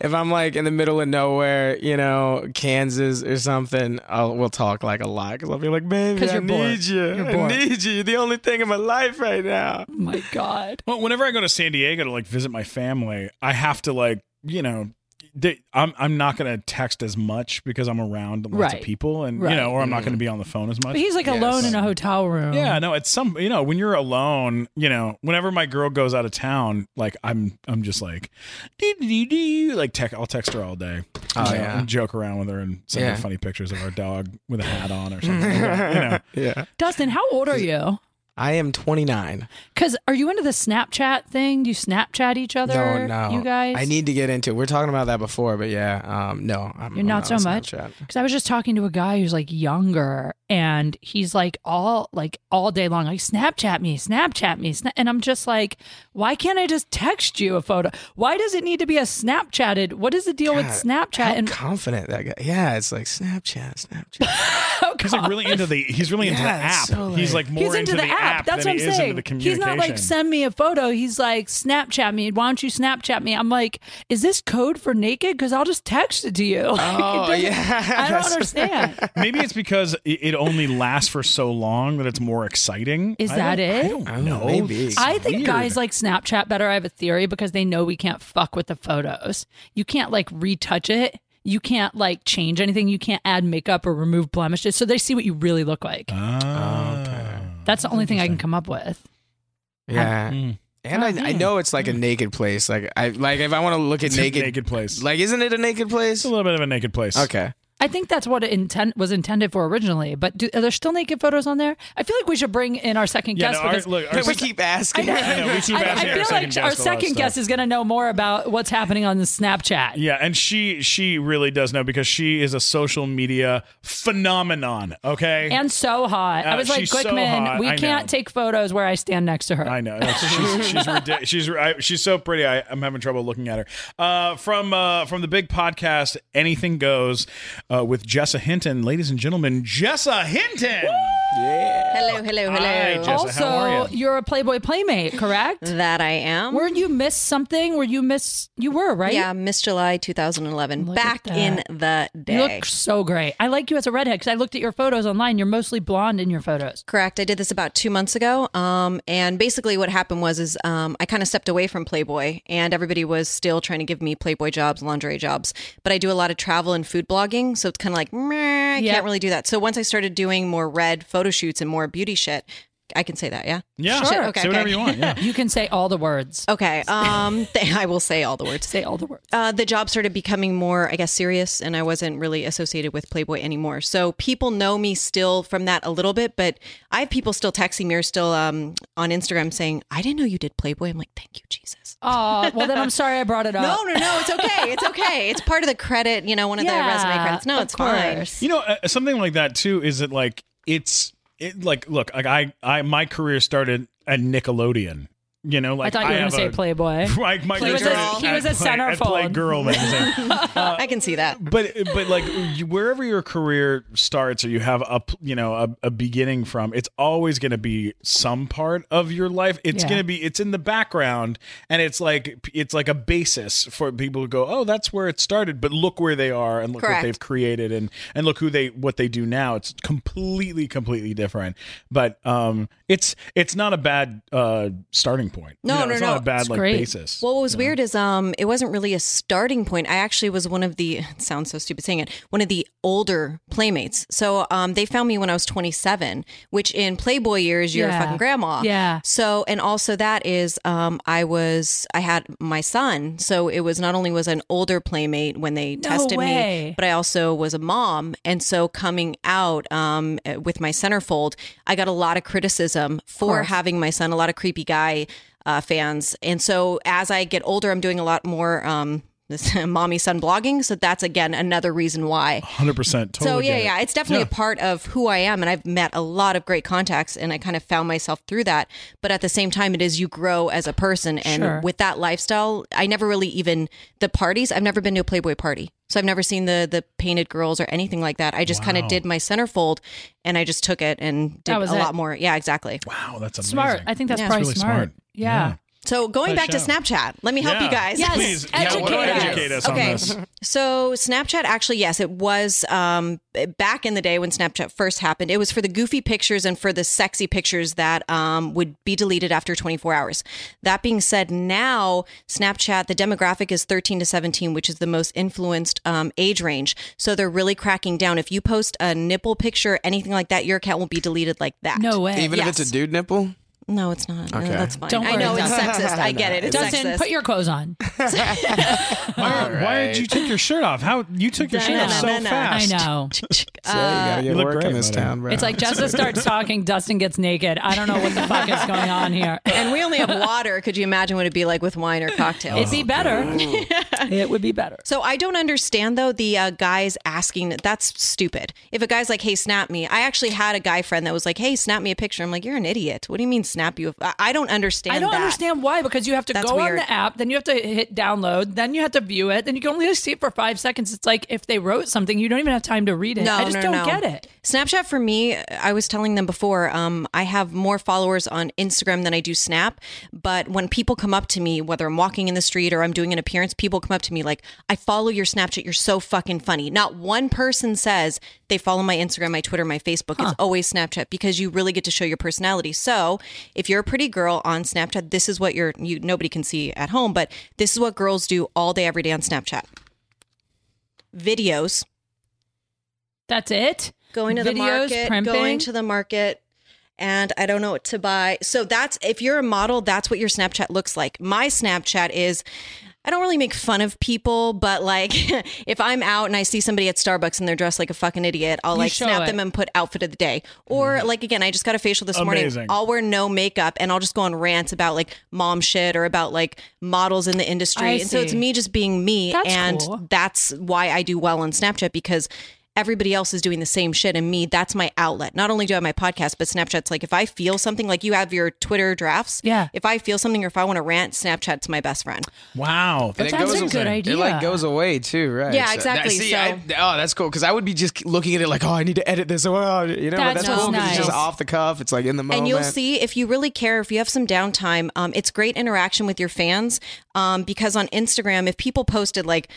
Speaker 4: if I'm like in the middle of nowhere, you know, Kansas or something, I'll we'll talk like a lot because I'll be like, baby,
Speaker 3: 'Cause
Speaker 4: I
Speaker 3: you're
Speaker 4: need
Speaker 3: bored.
Speaker 4: you,
Speaker 3: You're
Speaker 4: I
Speaker 3: bored.
Speaker 4: need you. You're the only thing in my life right now.
Speaker 3: Oh my god.
Speaker 2: Well, whenever I go to San Diego to like visit my family, I have to like, you know, they, I'm I'm not gonna text as much because I'm around lots
Speaker 3: Right.
Speaker 2: of people, and
Speaker 3: Right. Mm-hmm.
Speaker 2: you know, or I'm not gonna be on the phone as much.
Speaker 3: But he's like alone in a hotel room.
Speaker 2: Yeah, no, it's some you know, when you're alone, you know, whenever my girl goes out of town, like I'm I'm just like dee dee dee dee, like tech I'll text her all day.
Speaker 4: Oh,
Speaker 2: You know,
Speaker 4: yeah.
Speaker 2: and joke around with her and send
Speaker 4: Yeah.
Speaker 2: her funny pictures of our dog with a hat on or something. you know.
Speaker 4: Yeah,
Speaker 3: Dustin, how old are you?
Speaker 4: I am 29.
Speaker 3: Because are you into the Snapchat thing? Do you Snapchat each other?
Speaker 4: No, no,
Speaker 3: You guys?
Speaker 4: I need to get into. it. We We're talking about that before, but yeah, um, no, I'm,
Speaker 3: You're
Speaker 4: I'm
Speaker 3: not
Speaker 4: on
Speaker 3: so much?
Speaker 4: Snapchat.
Speaker 3: Because I was just talking to a guy who's like younger, and he's like all like all day long, like Snapchat me, Snapchat me, Sna-" and I'm just like, why can't I just text you a photo? Why does it need to be a Snapchatted? What is the deal with
Speaker 4: God,
Speaker 3: Snapchat?
Speaker 4: How
Speaker 3: And
Speaker 4: confident that guy. Yeah, it's like Snapchat, Snapchat.
Speaker 2: He's like really into the he's really into the
Speaker 4: Yeah, it's
Speaker 2: app.
Speaker 4: so, like-
Speaker 2: he's like more
Speaker 3: Oh, he's into, the, app. That's
Speaker 2: than
Speaker 3: what
Speaker 2: he
Speaker 3: I'm
Speaker 2: is
Speaker 3: saying.
Speaker 2: into the
Speaker 3: he's
Speaker 2: communication.
Speaker 3: not like send me a photo. He's like Snapchat me. Why don't you Snapchat me? I'm like, is this code for naked? Because I'll just text it to you. Like, it doesn't-
Speaker 4: Oh, yeah.
Speaker 3: I don't
Speaker 4: That's-
Speaker 3: understand.
Speaker 2: Maybe it's because it, it only lasts for so long that it's more exciting.
Speaker 3: Is
Speaker 2: I
Speaker 3: that
Speaker 2: don't-
Speaker 3: it?
Speaker 2: I don't
Speaker 4: don't know,
Speaker 2: know.
Speaker 4: maybe.
Speaker 2: It's
Speaker 3: I think
Speaker 2: weird.
Speaker 3: guys like Snapchat better. I have a theory because they know we can't fuck with the photos. You can't like retouch it. You can't like change anything. You can't add makeup or remove blemishes. So they see what you really look like.
Speaker 4: Uh,
Speaker 2: Ah.
Speaker 3: That's the only thing I can come up with.
Speaker 4: yeah.
Speaker 2: Mm.
Speaker 4: And I, I know it's like a naked place. Like I like if I want to look at
Speaker 2: It's a
Speaker 4: naked,
Speaker 2: naked place.
Speaker 4: like isn't it a naked place?
Speaker 2: it's a little bit of a naked place.
Speaker 4: Okay.
Speaker 3: I think that's what it intent was intended for originally. But do, are there still naked photos on there? I feel like we should bring in our second
Speaker 2: Yeah,
Speaker 3: guest
Speaker 2: no, our-
Speaker 3: because
Speaker 2: look, our
Speaker 4: But we
Speaker 2: sec-
Speaker 4: keep
Speaker 3: I,
Speaker 4: asking.
Speaker 3: know,
Speaker 2: know, we keep
Speaker 3: I- I
Speaker 2: asking our
Speaker 3: feel
Speaker 2: second
Speaker 3: like
Speaker 2: guest
Speaker 3: our
Speaker 2: a lot of
Speaker 3: second
Speaker 2: stuff.
Speaker 3: guest is going to know more about what's happening on the Snapchat.
Speaker 2: Yeah, and she she really does know because she is a social media phenomenon. Okay,
Speaker 3: And so hot. I
Speaker 2: Uh,
Speaker 3: was like,
Speaker 2: she's so
Speaker 3: Glickman,
Speaker 2: hot.
Speaker 3: we
Speaker 2: I know.
Speaker 3: can't take photos where I stand next to her.
Speaker 2: I know That's- she's she's ridic- she's I, she's so pretty. I, I'm having trouble looking at her. Uh, from uh, from the big podcast, anything goes uh, with Jessa Hinton, ladies and gentlemen, Jessa Hinton.
Speaker 5: Hello, hello, hello.
Speaker 2: Hi, Jess.
Speaker 3: also,
Speaker 2: Jessa, how are you?
Speaker 3: are a Playboy playmate, correct?
Speaker 5: that I am.
Speaker 3: Where you missed something? Where you miss? You were right.
Speaker 5: yeah, Miss July 2011.
Speaker 3: Look
Speaker 5: back
Speaker 3: at
Speaker 5: in
Speaker 3: that.
Speaker 5: the
Speaker 3: You
Speaker 5: day.
Speaker 3: look so great. I like you as a redhead because I looked at your photos online. You're mostly blonde in your photos.
Speaker 5: Correct. I did this about two months ago. Um, and basically, what happened was, is um, I kind of stepped away from Playboy, and everybody was still trying to give me Playboy jobs, lingerie jobs. But I do a lot of travel and food blogging, so it's kind of like, meh, I
Speaker 3: Yeah.
Speaker 5: can't really do that. So once I started doing more red photo shoots and more beauty shit, I can say that, yeah.
Speaker 2: Yeah,
Speaker 5: Sure.
Speaker 2: Say
Speaker 5: Okay,
Speaker 2: whatever
Speaker 5: okay.
Speaker 2: you want. Yeah.
Speaker 3: You can say all the words.
Speaker 5: Okay. Um, th- I will say all the words.
Speaker 3: Say all the words.
Speaker 5: uh, the job started becoming more, I guess, serious, and I wasn't really associated with Playboy anymore. So people know me still from that a little bit, but I have people still texting me or still um, on Instagram saying, "I didn't know you did Playboy." I'm like, "Thank you, Jesus."
Speaker 3: Oh, well then I'm sorry I brought it up.
Speaker 5: No, no, no, it's okay, it's okay. It's part of the credit, you know, one of
Speaker 3: Yeah,
Speaker 5: the resume credits. No,
Speaker 3: of
Speaker 5: it's fine.
Speaker 3: course.
Speaker 2: You know, uh, something like that too is that like it's it, like look like I I my career started at Nickelodeon. You know, like
Speaker 3: I thought you were going
Speaker 2: have
Speaker 3: to say
Speaker 2: a-
Speaker 3: Playboy.
Speaker 2: Like my
Speaker 3: He
Speaker 5: was
Speaker 2: career
Speaker 5: a- he
Speaker 2: at
Speaker 3: was a
Speaker 2: Play- at
Speaker 3: centerfold.
Speaker 2: Playgirl magazine.
Speaker 5: I can see that.
Speaker 2: but but like you- wherever your career starts or you have a p- you know a, a beginning from it's always going to be some part of your life it's
Speaker 3: Yeah.
Speaker 2: going to be it's in the background and it's like it's like a basis for people to go oh that's where it started but look where they are and look what
Speaker 5: Correct.
Speaker 2: they've created and and look who they what they do now it's completely completely different but um it's it's not a bad uh starting point
Speaker 5: No,
Speaker 2: you know,
Speaker 5: no,
Speaker 2: it's
Speaker 5: no.
Speaker 2: not a bad
Speaker 3: It's
Speaker 2: like
Speaker 3: great.
Speaker 2: basis
Speaker 5: Well, what was weird is um, it wasn't really a starting point. I actually was one of the it sounds so stupid saying it one of the older playmates. So um, they found me when I was 27, which in Playboy years you're
Speaker 3: Yeah.
Speaker 5: a fucking grandma.
Speaker 3: Yeah.
Speaker 5: So and also that is um, I was I had my son, so it was not only was I an older playmate when they tested
Speaker 3: way.
Speaker 5: me, but I also was a mom, and so coming out um, with my centerfold, I got a lot of criticism for
Speaker 3: course.
Speaker 5: having my son. A lot of creepy guy uh, fans, and so as I get older, I'm doing a lot more. Um, this mommy son blogging. So that's again another reason why.
Speaker 2: 100% totally
Speaker 5: So yeah,
Speaker 2: get it.
Speaker 5: yeah, it's definitely a part of who I am, and I've met a lot of great contacts, and I kind of found myself through that. But at the same time, it is you grow as a person, and
Speaker 3: Sure.
Speaker 5: with that lifestyle, I never really even the parties. I've never been to a Playboy party, so I've never seen the the painted girls or anything like that. I just kind
Speaker 2: Wow.
Speaker 5: of did my centerfold, and I just took it and did
Speaker 3: That
Speaker 5: a
Speaker 3: was it.
Speaker 5: lot more. Yeah, exactly.
Speaker 2: wow that's amazing
Speaker 3: Smart. I think that's
Speaker 5: Yeah.
Speaker 3: probably
Speaker 2: That's really
Speaker 3: smart.
Speaker 2: smart.
Speaker 3: Yeah.
Speaker 2: Yeah.
Speaker 5: So going
Speaker 2: Nice
Speaker 5: back to
Speaker 2: shout.
Speaker 5: Snapchat, let me help
Speaker 2: Yeah.
Speaker 5: you guys.
Speaker 3: Yes,
Speaker 2: Please,
Speaker 3: educate
Speaker 2: yeah, well,
Speaker 3: us.
Speaker 2: educate us on
Speaker 5: okay.
Speaker 2: this.
Speaker 5: So Snapchat actually, yes, it was um, back in the day when Snapchat first happened. It was for the goofy pictures and for the sexy pictures that um, would be deleted after 24 hours. That being said, now Snapchat, the demographic is 13 to 17, which is the most influenced um, age range. So they're really cracking down. If you post a nipple picture, anything like that, your account will be deleted like that.
Speaker 3: No way.
Speaker 4: Even if it's
Speaker 5: Yes.
Speaker 4: a dude nipple,
Speaker 5: no, it's not. No,
Speaker 4: Okay.
Speaker 5: that's fine.
Speaker 3: Don't
Speaker 5: I
Speaker 3: worry,
Speaker 5: know it's
Speaker 3: Dustin.
Speaker 5: sexist. I get it. It's
Speaker 3: Dustin,
Speaker 5: sexist.
Speaker 3: put your clothes on.
Speaker 2: Why, why did
Speaker 4: right.
Speaker 2: you take your shirt off? How you took your shirt off so
Speaker 5: Da-na-na-na-na.
Speaker 2: fast?
Speaker 3: I know.
Speaker 4: so you gotta
Speaker 2: Ah. you
Speaker 4: get
Speaker 2: look
Speaker 4: work
Speaker 2: great,
Speaker 4: in this
Speaker 2: buddy.
Speaker 4: town, bro.
Speaker 3: It's like Jessica starts talking, Dustin gets naked. I don't know what the fuck is going on here.
Speaker 5: and we only have water. Could you imagine what it'd be like with wine or cocktails?
Speaker 3: It'd be better. it would be better.
Speaker 5: So I don't understand though the uh, guys asking that's stupid. If a guy's like, "Hey, snap me," I actually had a guy friend that was like, "Hey, snap me a picture." I'm like, "You're an idiot. What do you mean snap you?" I, I don't understand.
Speaker 3: I don't
Speaker 5: that.
Speaker 3: understand why because you have to
Speaker 5: That's
Speaker 3: go on
Speaker 5: weird.
Speaker 3: the app, then you have to hit download, then you have to view it, then you can only see it for five seconds. It's like if they wrote something, you don't even have time to read it.
Speaker 5: No,
Speaker 3: I just
Speaker 5: no,
Speaker 3: don't
Speaker 5: no.
Speaker 3: get it.
Speaker 5: Snapchat for me, I was telling them before, um, I have more followers on Instagram than I do Snap. But when people come up to me, whether I'm walking in the street or I'm doing an appearance, people come up to me like, I follow your Snapchat. You're so fucking funny. Not one person says they follow my Instagram, my Twitter, my Facebook. It's always Snapchat because you really get to show your personality. So if you're a pretty girl on Snapchat, this is what you're, you, nobody can see at home, but this is what girls do all day, every day on Snapchat videos
Speaker 3: That's it.
Speaker 5: going to the
Speaker 3: Videos,
Speaker 5: market,
Speaker 3: primping.
Speaker 5: going to the market, and I don't know what to buy. So that's if you're a model, that's what your Snapchat looks like. My Snapchat is. I don't really make fun of people, but like if I'm out and I see somebody at Starbucks and they're dressed like a fucking idiot, I'll
Speaker 3: You
Speaker 5: like
Speaker 3: show
Speaker 5: snap
Speaker 3: it. Mm-hmm.
Speaker 5: them and put outfit of the day. Or like again, I just got a facial this
Speaker 2: Amazing.
Speaker 5: morning. I'll wear no makeup and I'll just go on rants about like mom shit or about like models in the industry.
Speaker 3: I
Speaker 5: and so it's
Speaker 3: see.
Speaker 5: me just being me
Speaker 3: That's
Speaker 5: and
Speaker 3: cool.
Speaker 5: that's why I do well on Snapchat because everybody else is doing the same shit and me that's my outlet not only do i have my podcast but snapchat's like if i feel something like you have your twitter drafts
Speaker 3: Yeah.
Speaker 5: if i feel something or if i want to rant snapchat's my best friend
Speaker 2: Wow,
Speaker 4: And
Speaker 2: that's
Speaker 3: That's a good idea.
Speaker 4: It like goes away too, right?
Speaker 5: Yeah,
Speaker 4: So that-
Speaker 5: exactly,
Speaker 4: see,
Speaker 5: so-
Speaker 4: I- oh, that's cool because I would be just looking at it like, oh, I need to edit this. Oh, you know, but
Speaker 3: That's
Speaker 4: that's cool
Speaker 5: what's
Speaker 4: it's just
Speaker 5: nice.
Speaker 4: off the cuff. It's like in the moment.
Speaker 5: and you'll see if you really care if you have some downtime um, it's great interaction with your fans um, because on instagram if people posted like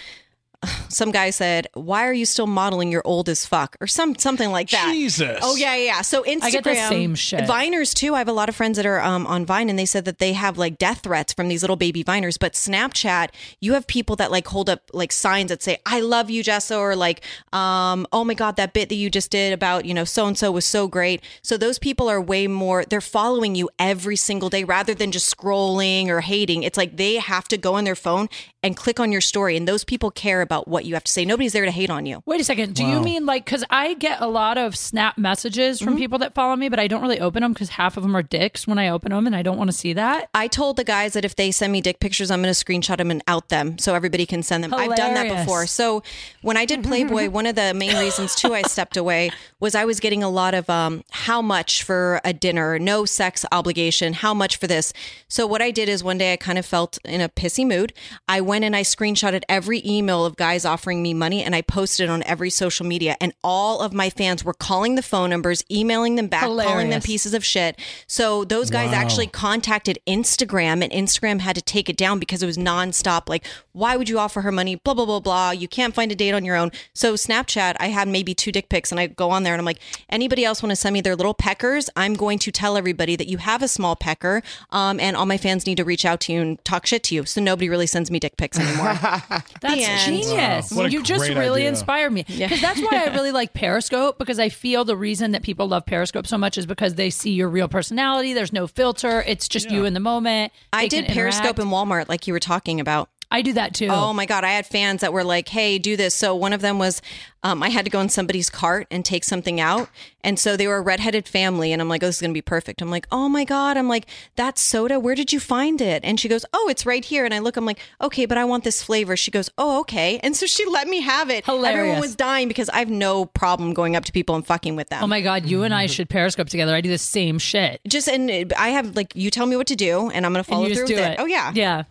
Speaker 5: some guy said why are you still modeling you're old as fuck or some something like that
Speaker 2: Jesus.
Speaker 5: oh yeah yeah yeah. so instagram
Speaker 3: get the same shit.
Speaker 5: viners too i have a lot of friends that are um, on vine and they said that they have like death threats from these little baby viners but snapchat you have people that like hold up like signs that say i love you jessa or like um, oh my god that bit that you just did about you know so and so was so great so those people are way more they're following you every single day rather than just scrolling or hating it's like they have to go on their phone and click on your story. And those people care about what you have to say. Nobody's there to hate on you.
Speaker 3: Wait a second. Do you mean like because I get a lot of snap messages
Speaker 5: Mm-hmm.
Speaker 3: from people that follow me, but I don't really open them because half of them are dicks when I open them, and I don't want to see that.
Speaker 5: I told the guys that if they send me dick pictures, I'm going to screenshot them and out them so everybody can send them. I've done that
Speaker 3: Hilarious.
Speaker 5: before. So when I did Playboy, one of the main reasons too I stepped away was I was getting a lot of um, how much for a dinner, no sex obligation, how much for this. So what I did is one day I kind of felt in a pissy mood. I went and I screenshotted every email of guys offering me money and I posted it on every social media. And all of my fans were calling the phone numbers, emailing them back, calling them
Speaker 3: Hilarious.
Speaker 5: pieces of shit. So those guys actually contacted Instagram and Instagram had to take it down because it was nonstop. Like, why would you offer her money? Blah, blah, blah, blah. You can't find a date on your own. So Snapchat, I had maybe two dick pics and I go on there and I'm like, anybody else want to send me their little peckers? I'm going to tell everybody that you have a small pecker um, and all my fans need to reach out to you and talk shit to you. So nobody really sends me dick pics anymore.
Speaker 3: That's
Speaker 5: end.
Speaker 3: genius.
Speaker 2: Wow. What a
Speaker 3: You just
Speaker 2: great
Speaker 3: really
Speaker 2: idea.
Speaker 3: inspire me. Because that's why I really like Periscope, because I feel the reason that people love Periscope so much is because they see your real personality. There's no filter. It's just you in the moment.
Speaker 5: I
Speaker 3: They
Speaker 5: did
Speaker 3: can
Speaker 5: Periscope
Speaker 3: interact.
Speaker 5: in Walmart like you were talking about.
Speaker 3: I do that too.
Speaker 5: Oh my God. I had fans that were like, hey, do this. So one of them was, um, I had to go in somebody's cart and take something out. And so they were a redheaded family. And I'm like, oh, this is going to be perfect. I'm like, oh my God. I'm like, that soda, where did you find it? And she goes, oh, it's right here. And I look, I'm like, okay, but I want this flavor. She goes, oh, okay. And so she let me have it. Everyone
Speaker 3: Hilarious.
Speaker 5: was dying because I have no problem going up to people and fucking with them.
Speaker 3: Oh my God, you and
Speaker 2: Mm-hmm.
Speaker 3: I should Periscope together. I do the same shit.
Speaker 5: just, and it- I have like, you tell me what to do and I'm going to
Speaker 3: And
Speaker 5: follow
Speaker 3: you
Speaker 5: through
Speaker 3: just
Speaker 5: with
Speaker 3: do
Speaker 5: it.
Speaker 3: it.
Speaker 5: Oh, yeah.
Speaker 3: Yeah.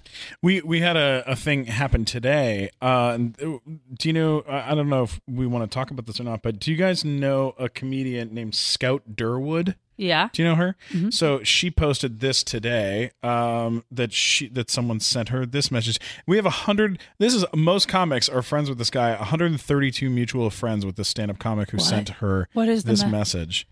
Speaker 2: We we had a, a thing happen today. Uh, and, uh, do you know? I I don't know if we want to talk about this or not, but do you guys know a comedian named Scout Durwood?
Speaker 3: Yeah.
Speaker 2: Do you know her?
Speaker 3: Mm-hmm.
Speaker 2: So she posted this today um, that she that someone sent her this message. We have a hundred. This is most comics are friends with this guy. 132 mutual friends with this stand-up comic who sent her
Speaker 3: What is the
Speaker 2: this
Speaker 3: me-
Speaker 2: message.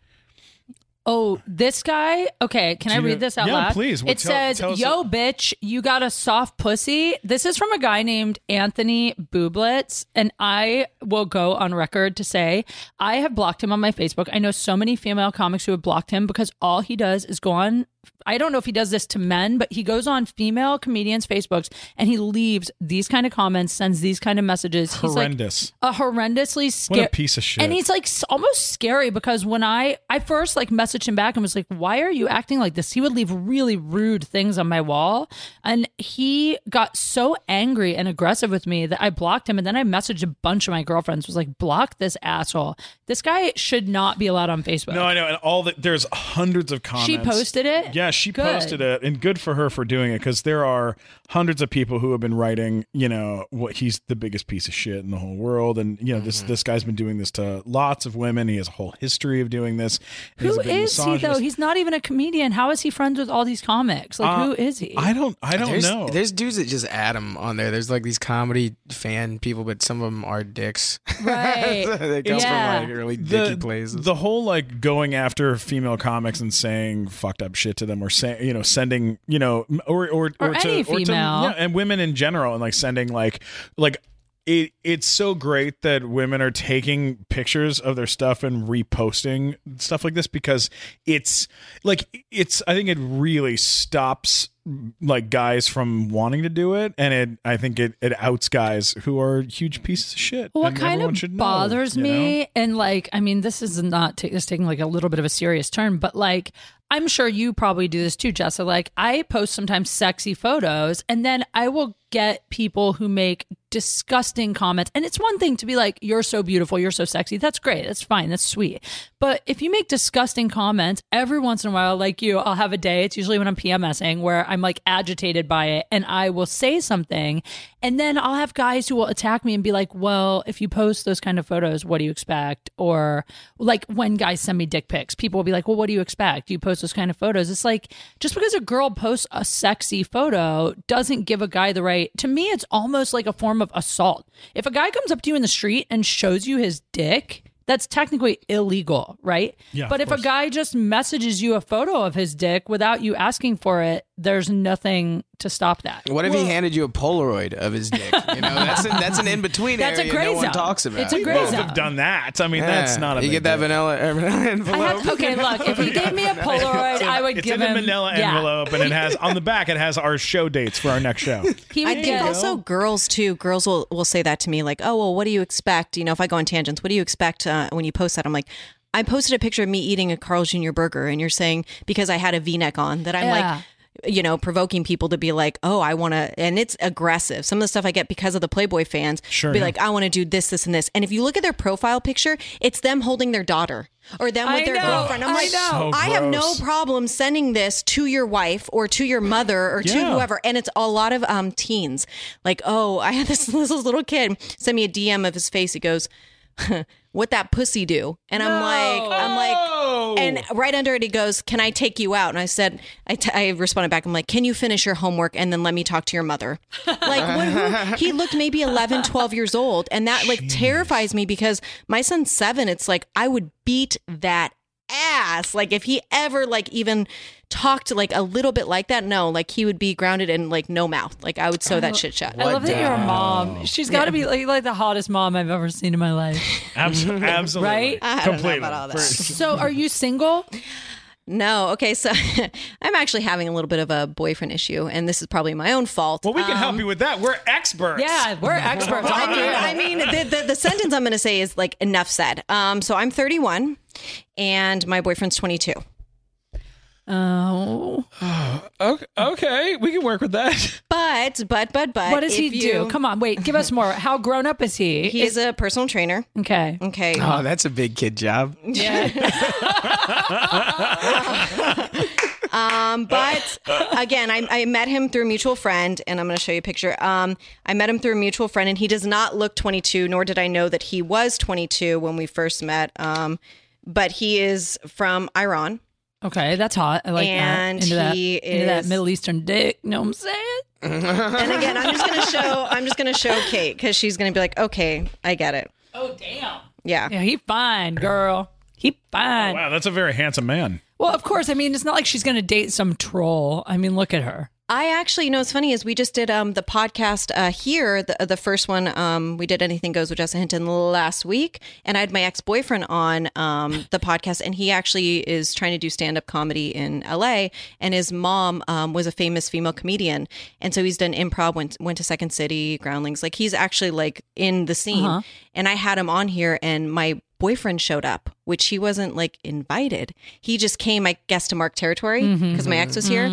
Speaker 3: Oh, this guy. Okay, can
Speaker 2: Do
Speaker 3: I
Speaker 2: you-
Speaker 3: read this out
Speaker 2: yeah,
Speaker 3: loud?
Speaker 2: please. Well,
Speaker 3: it
Speaker 2: tell-
Speaker 3: says,
Speaker 2: tell us-
Speaker 3: "Yo, bitch, you got a soft pussy." This is from a guy named Anthony Bublitz, and I will go on record to say I have blocked him on my Facebook. I know so many female comics who have blocked him because all he does is go on. I don't know if he does this to men, but he goes on female comedians' Facebooks and he leaves these kind of comments, sends these kind of messages. He's like
Speaker 2: Horrendous.
Speaker 3: a horrendously scary
Speaker 2: what a piece of shit.
Speaker 3: and he's like s- almost scary because when I I first like messaged him back and was like, "Why are you acting like this?" He would leave really rude things on my wall, and he got so angry and aggressive with me that I blocked him. And then I messaged a bunch of my girlfriends, was like, "Block this asshole. This guy should not be allowed on Facebook."
Speaker 2: no, I know, and all the, there's hundreds of comments.
Speaker 3: she posted it.
Speaker 2: Yeah, she
Speaker 3: Good.
Speaker 2: posted it, and good for her for doing it because there are hundreds of people who have been writing, you know, what he's the biggest piece of shit in the whole world, and you know this
Speaker 4: Mm-hmm.
Speaker 2: this guy's been doing this to lots of women. He has a whole history of doing this. He's
Speaker 3: Who
Speaker 2: a big
Speaker 3: is he though?
Speaker 2: misogynist.
Speaker 3: He's not even a comedian. How is he friends with all these comics? Like, who is he?
Speaker 2: Uh, I don't. I don't
Speaker 4: There's,
Speaker 2: know.
Speaker 4: there's dudes that just add them on there. There's like these comedy fan people, but some of them are dicks.
Speaker 3: right.
Speaker 4: they come
Speaker 3: Yeah.
Speaker 4: from like really dicky
Speaker 2: the,
Speaker 4: places.
Speaker 2: the whole like going after female comics and saying fucked up shit to them or saying you know sending you know m- or or
Speaker 3: Or
Speaker 2: to, to,
Speaker 3: any female.
Speaker 2: yeah, and women in general and like sending like like it it's so great that women are taking pictures of their stuff and reposting stuff like this because it's like it's I think it really stops like guys from wanting to do it and it I think it it outs guys who are huge pieces of shit.
Speaker 3: What
Speaker 2: and
Speaker 3: kind
Speaker 2: everyone should
Speaker 3: of
Speaker 2: know,
Speaker 3: bothers
Speaker 2: you know?
Speaker 3: me, and like, I mean, this is not ta- this is taking like a little bit of a serious turn, but like, I'm sure you probably do this too, Jessa. Like, I post sometimes sexy photos, and then I will get people who make disgusting comments. And it's one thing to be like, "You're so beautiful, you're so sexy." That's great, that's fine, that's sweet. But if you make disgusting comments every once in a while, like you, I'll have a day. It's usually when I'm PMSing where I'm like agitated by it, and I will say something, and then I'll have guys who will attack me and be like, well, if you post those kind of photos, what do you expect? Or like when guys send me dick pics, people will be like, well, what do you expect? You post those kind of photos. It's like just because a girl posts a sexy photo doesn't give a guy the right. To me, it's almost like a form of assault. If a guy comes up to you in the street and shows you his dick, that's technically illegal, right?
Speaker 2: Yeah,
Speaker 3: but
Speaker 2: of
Speaker 3: if a guy just messages you a photo of his dick without you asking for it, there's nothing to stop that.
Speaker 4: what if he handed you a Polaroid of his dick? You know, that's an, that's an in between
Speaker 3: That's a
Speaker 4: area.
Speaker 3: gray
Speaker 4: no one
Speaker 3: zone.
Speaker 4: talks about.
Speaker 3: It's a
Speaker 4: it.
Speaker 3: gray
Speaker 2: both
Speaker 3: zone.
Speaker 2: have done that. I mean, that's
Speaker 4: Yeah.
Speaker 2: not a
Speaker 4: You
Speaker 2: big
Speaker 4: get that
Speaker 2: deal.
Speaker 4: vanilla, vanilla envelope.
Speaker 3: I had okay, look, if he gave me a Polaroid, I would
Speaker 2: it's
Speaker 3: give
Speaker 2: in a
Speaker 3: him-
Speaker 2: manila
Speaker 3: yeah.
Speaker 2: envelope and it has on the back it has our show dates for our next show.
Speaker 3: He
Speaker 5: I
Speaker 3: would
Speaker 5: think
Speaker 3: get-
Speaker 5: also girls too. Girls will, will say that to me, like, "Oh well, what do you expect?" You know, if I go on tangents, what do you expect uh, when you post that? I'm like, I posted a picture of me eating a Carl's Jr. burger, and you're saying because I had a V-neck on that I'm
Speaker 3: Yeah.
Speaker 5: like, you know, provoking people to be like, "Oh, I want to," and it's aggressive. Some of the stuff I get because of the Playboy fans,
Speaker 2: Sure,
Speaker 5: be
Speaker 2: yeah.
Speaker 5: like, "I want to do this, this, and this," and if you look at their profile picture, it's them holding their daughter. Or them with
Speaker 3: I
Speaker 5: their
Speaker 3: know,
Speaker 5: girlfriend. I'm
Speaker 3: I
Speaker 5: like,
Speaker 3: know.
Speaker 2: So
Speaker 5: I have no
Speaker 2: gross.
Speaker 5: problem sending this to your wife or to your mother or to
Speaker 2: Yeah.
Speaker 5: whoever whatever. And it's a lot of um teens. Like, oh, I had this, this little kid send me a DM of his face. He goes, "What that pussy do?" And I'm like, I'm like, and right under it, he goes, "Can I take you out?" And I said, I, t- I responded back. I'm like, "Can you finish your homework and then let me talk to your mother?" Like, what, who- he looked maybe 11, 12 years old, and that like terrifies me because my son's seven. It's like I would beat that ass. Like if he ever like even talked like a little bit like that, no, like he would be grounded and like no mouth. Like I would sew
Speaker 2: Oh.
Speaker 5: that shit shut.
Speaker 3: I love that you're a mom. She's got to be like, like the hottest mom I've ever seen in my life.
Speaker 2: Abs- absolutely.
Speaker 3: Right?
Speaker 5: I don't know
Speaker 2: Completely.
Speaker 5: about all that.
Speaker 2: For-
Speaker 3: So, are you single?
Speaker 5: No, okay, so I'm actually having a little bit of a boyfriend issue, and this is probably my own fault. Um,
Speaker 2: Well, we can help you with that. We're experts.
Speaker 3: Um, Yeah, we're experts.
Speaker 5: I mean, I mean the, the, the sentence I'm going to say is like enough said. Um, so I'm 31, and my boyfriend's 22.
Speaker 3: oh,
Speaker 2: Okay, okay, we can work with that.
Speaker 5: But but but but
Speaker 3: what does he
Speaker 5: if
Speaker 3: do?
Speaker 5: you-
Speaker 3: Come on, wait, give us more. How grown up is he?
Speaker 5: He is a personal trainer.
Speaker 3: okay.
Speaker 5: Okay.
Speaker 4: Oh, that's a big kid job.
Speaker 5: Um, but again, I, I met him through a mutual friend, and I'm going to show you a picture. Um, I met him through a mutual friend, and he does not look 22, nor did I know that he was 22 when we first met. Um, but he is from Iran.
Speaker 3: Okay, that's hot. I like
Speaker 5: And
Speaker 3: that. Into that,
Speaker 5: he
Speaker 3: into that
Speaker 5: is-
Speaker 3: Middle Eastern dick. Know what I'm saying?
Speaker 5: And again, I'm just going to show I'm just going to show Kate because she's going to be like, okay, I get it.
Speaker 3: Oh damn.
Speaker 5: Yeah.
Speaker 3: Yeah, he fine, girl. He fine.
Speaker 2: Wow, that's a very handsome man.
Speaker 3: Well, of course. I mean, it's not like she's going to date some troll. I mean, look at her.
Speaker 5: I actually, you know, what's funny is we just did um, the podcast uh, here, the, the first one um, we did Anything Goes with Jessica Hinton last week, and I had my ex boyfriend on um, the podcast, and he actually is trying to do stand up comedy in L.A. and his mom um, was a famous female comedian, and so he's done improv, went went to Second City, Groundlings, like he's actually like in the scene, and I had him on here, and my boyfriend showed up, which he wasn't like invited. He just came, I guess, to mark territory because
Speaker 3: Mm-hmm.
Speaker 5: my ex was here,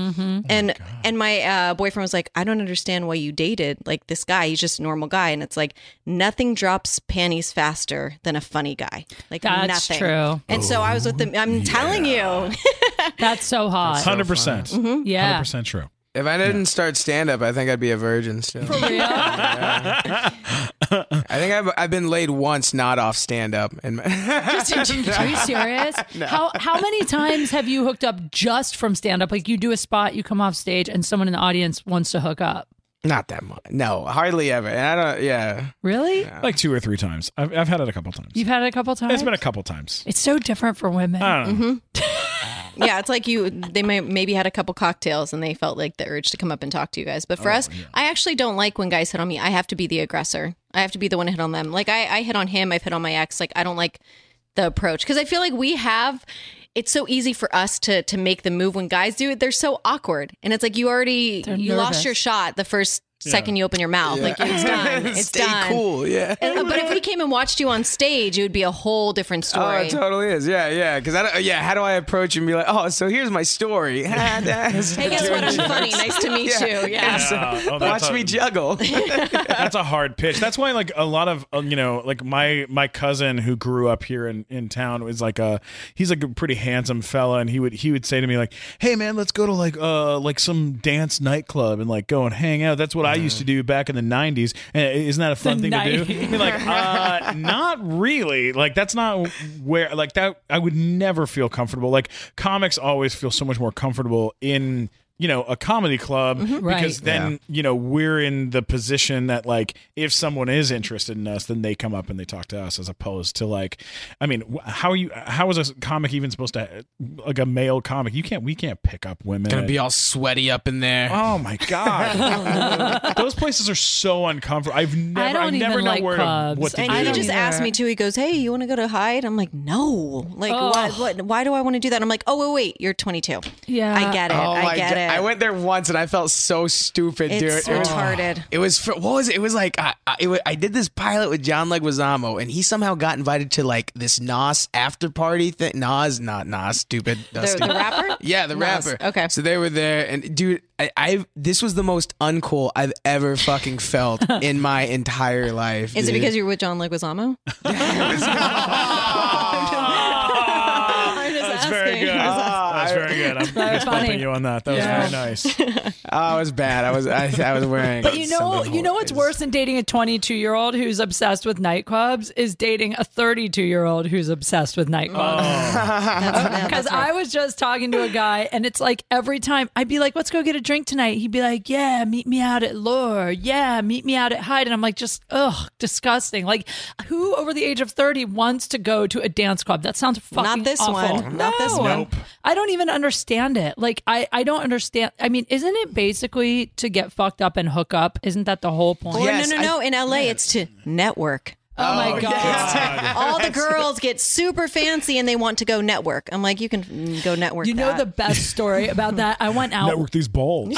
Speaker 5: and and my uh, boyfriend was like, "I don't understand why you dated like this guy. He's just a normal guy." And it's like nothing drops panties faster than a funny guy. Like
Speaker 3: That's
Speaker 5: nothing.
Speaker 3: true.
Speaker 5: And so I was with them. I'm telling you,
Speaker 3: That's so Mm-hmm. hot.
Speaker 2: 100%. percent
Speaker 3: yeah.
Speaker 2: 100% true.
Speaker 4: If I didn't start stand up, I think I'd be a virgin still.
Speaker 3: Yeah.
Speaker 4: I think I've, I've been laid once not off stand up. And
Speaker 3: Are you serious? How how many times have you hooked up just from stand up? Like you do a spot, you come off stage, and someone in the audience wants to hook up.
Speaker 4: not that much. No, hardly ever. And I don't, yeah.
Speaker 3: Really?
Speaker 2: Like two or three times. I've, I've had it a couple times.
Speaker 3: You've had it a couple times.
Speaker 2: it's been a couple times.
Speaker 3: It's so different for women.
Speaker 2: I don't know.
Speaker 5: yeah, it's like you. They may, maybe had a couple cocktails and they felt like the urge to come up and talk to you guys. But for
Speaker 4: Oh,
Speaker 5: us, I actually don't like when guys hit on me. I have to be the aggressor. I have to be the one to hit on them. Like I, I hit on him. I've hit on my ex. Like I don't like the approach because I feel like we have. It's so easy for us to to make the move when guys do it. They're so awkward, and it's like you already
Speaker 3: They're
Speaker 5: you
Speaker 3: nervous.
Speaker 5: lost your shot the first second you open your mouth. Like it's done. It's
Speaker 4: Stay
Speaker 5: done.
Speaker 4: cool. Yeah.
Speaker 5: And- uh, but if we came and watched you on stage, it would be a whole different
Speaker 4: Oh,
Speaker 5: story.
Speaker 4: it totally is. Yeah, yeah. Because I don't, yeah, how do I approach and be like, oh, so here's my story.
Speaker 5: Hey,
Speaker 4: hey,
Speaker 5: guess what? I'm funny. Nice to meet you. Yeah.
Speaker 2: Yeah. Oh, that's
Speaker 4: Watch
Speaker 2: a-
Speaker 4: me juggle.
Speaker 2: That's a hard pitch. That's why, like a lot of um, you know, like my my cousin who grew up here in in town was like a he's like a pretty handsome fella, and he would he would say to me like, "Hey man, let's go to like uh like some dance nightclub and like go and hang out." That's what I used to do back in the '90s. And isn't that a fun
Speaker 3: The
Speaker 2: thing to do?
Speaker 3: 90s.
Speaker 2: I mean, like, uh, not really. Like that's not where like that. I would never feel comfortable. Like comics always feel so much more comfortable in you know, a comedy club because
Speaker 3: Right.
Speaker 2: then, you know, we're in the position that like if someone is interested in us, then they come up and they talk to us as opposed to like I mean, wh- how are you how is a comic even supposed to like a male comic? You can't we can't pick up women.
Speaker 4: Gonna
Speaker 2: at-
Speaker 4: be all sweaty up in there.
Speaker 2: Oh my god, those places are so uncomfortable. I've never,
Speaker 3: don't
Speaker 2: have
Speaker 3: even
Speaker 2: never know
Speaker 3: like
Speaker 2: where
Speaker 3: clubs.
Speaker 2: to what to
Speaker 3: I
Speaker 5: And
Speaker 2: do.
Speaker 5: he
Speaker 3: don't
Speaker 5: just
Speaker 3: either.
Speaker 5: asked me too. He goes, "Hey, you want to go to Hyde?" I'm like, "No." Like, why,
Speaker 3: Ugh.
Speaker 5: what, why do I want to do that? I'm like, "Oh, wait, wait, you're 22."
Speaker 3: Yeah.
Speaker 5: I get it.
Speaker 4: Oh
Speaker 5: I
Speaker 4: my
Speaker 5: get
Speaker 4: god!
Speaker 5: it.
Speaker 4: I went there once and I felt so stupid,
Speaker 5: It's
Speaker 4: dude. It was-
Speaker 5: retarded.
Speaker 4: It was for, what was it? It was like I I, it wa- I did this pilot with John Leguizamo, and he somehow got invited to like this Nas after party thing. Nas, not Nas, stupid. Uh,
Speaker 5: The, the
Speaker 4: stupid.
Speaker 5: rapper?
Speaker 4: Yeah, the
Speaker 5: Nas.
Speaker 4: rapper.
Speaker 5: Okay.
Speaker 4: So they were there, and dude, I, I this was the most uncool I've ever fucking felt in my entire life.
Speaker 5: Is it
Speaker 4: dude.
Speaker 5: because you're with John Leguizamo? I'm just
Speaker 2: That's
Speaker 5: asking.
Speaker 2: very good. That's very good. I'm just
Speaker 3: funny.
Speaker 2: bumping you on that. That
Speaker 3: Yeah.
Speaker 2: was very nice.
Speaker 4: Oh, it was bad. I was I, I was wearing.
Speaker 3: But you know,
Speaker 4: something
Speaker 3: you know what's
Speaker 4: horrible.
Speaker 3: worse than dating a 22 year old who's obsessed with nightclubs is dating a 32 year old who's obsessed with
Speaker 2: Oh.
Speaker 3: nightclubs. Oh, Because I was just talking to a guy, and it's like every time I'd be like, "Let's go get a drink tonight," he'd be like, "Yeah, meet me out at Lore. Yeah, meet me out at Hyde." And I'm like, just ugh, disgusting. Like, who over the age of 30 wants to go to a dance club? That sounds fucking
Speaker 5: Not this
Speaker 3: awful.
Speaker 5: one. Not this
Speaker 3: No.
Speaker 5: one.
Speaker 2: Nope.
Speaker 3: I don't even understand it. Like I, I don't understand. I mean, isn't it basically to get fucked up and hook up? Isn't that the whole point?
Speaker 5: Or
Speaker 4: Yes,
Speaker 5: no,
Speaker 4: I-
Speaker 5: no, no. in LA, it's to network.
Speaker 3: Oh, my god.
Speaker 5: All the girls get super fancy and they want to go network. I'm like, you can mm, go network.
Speaker 3: You know
Speaker 5: that.
Speaker 3: the best story about that? I went out
Speaker 2: Network these balls.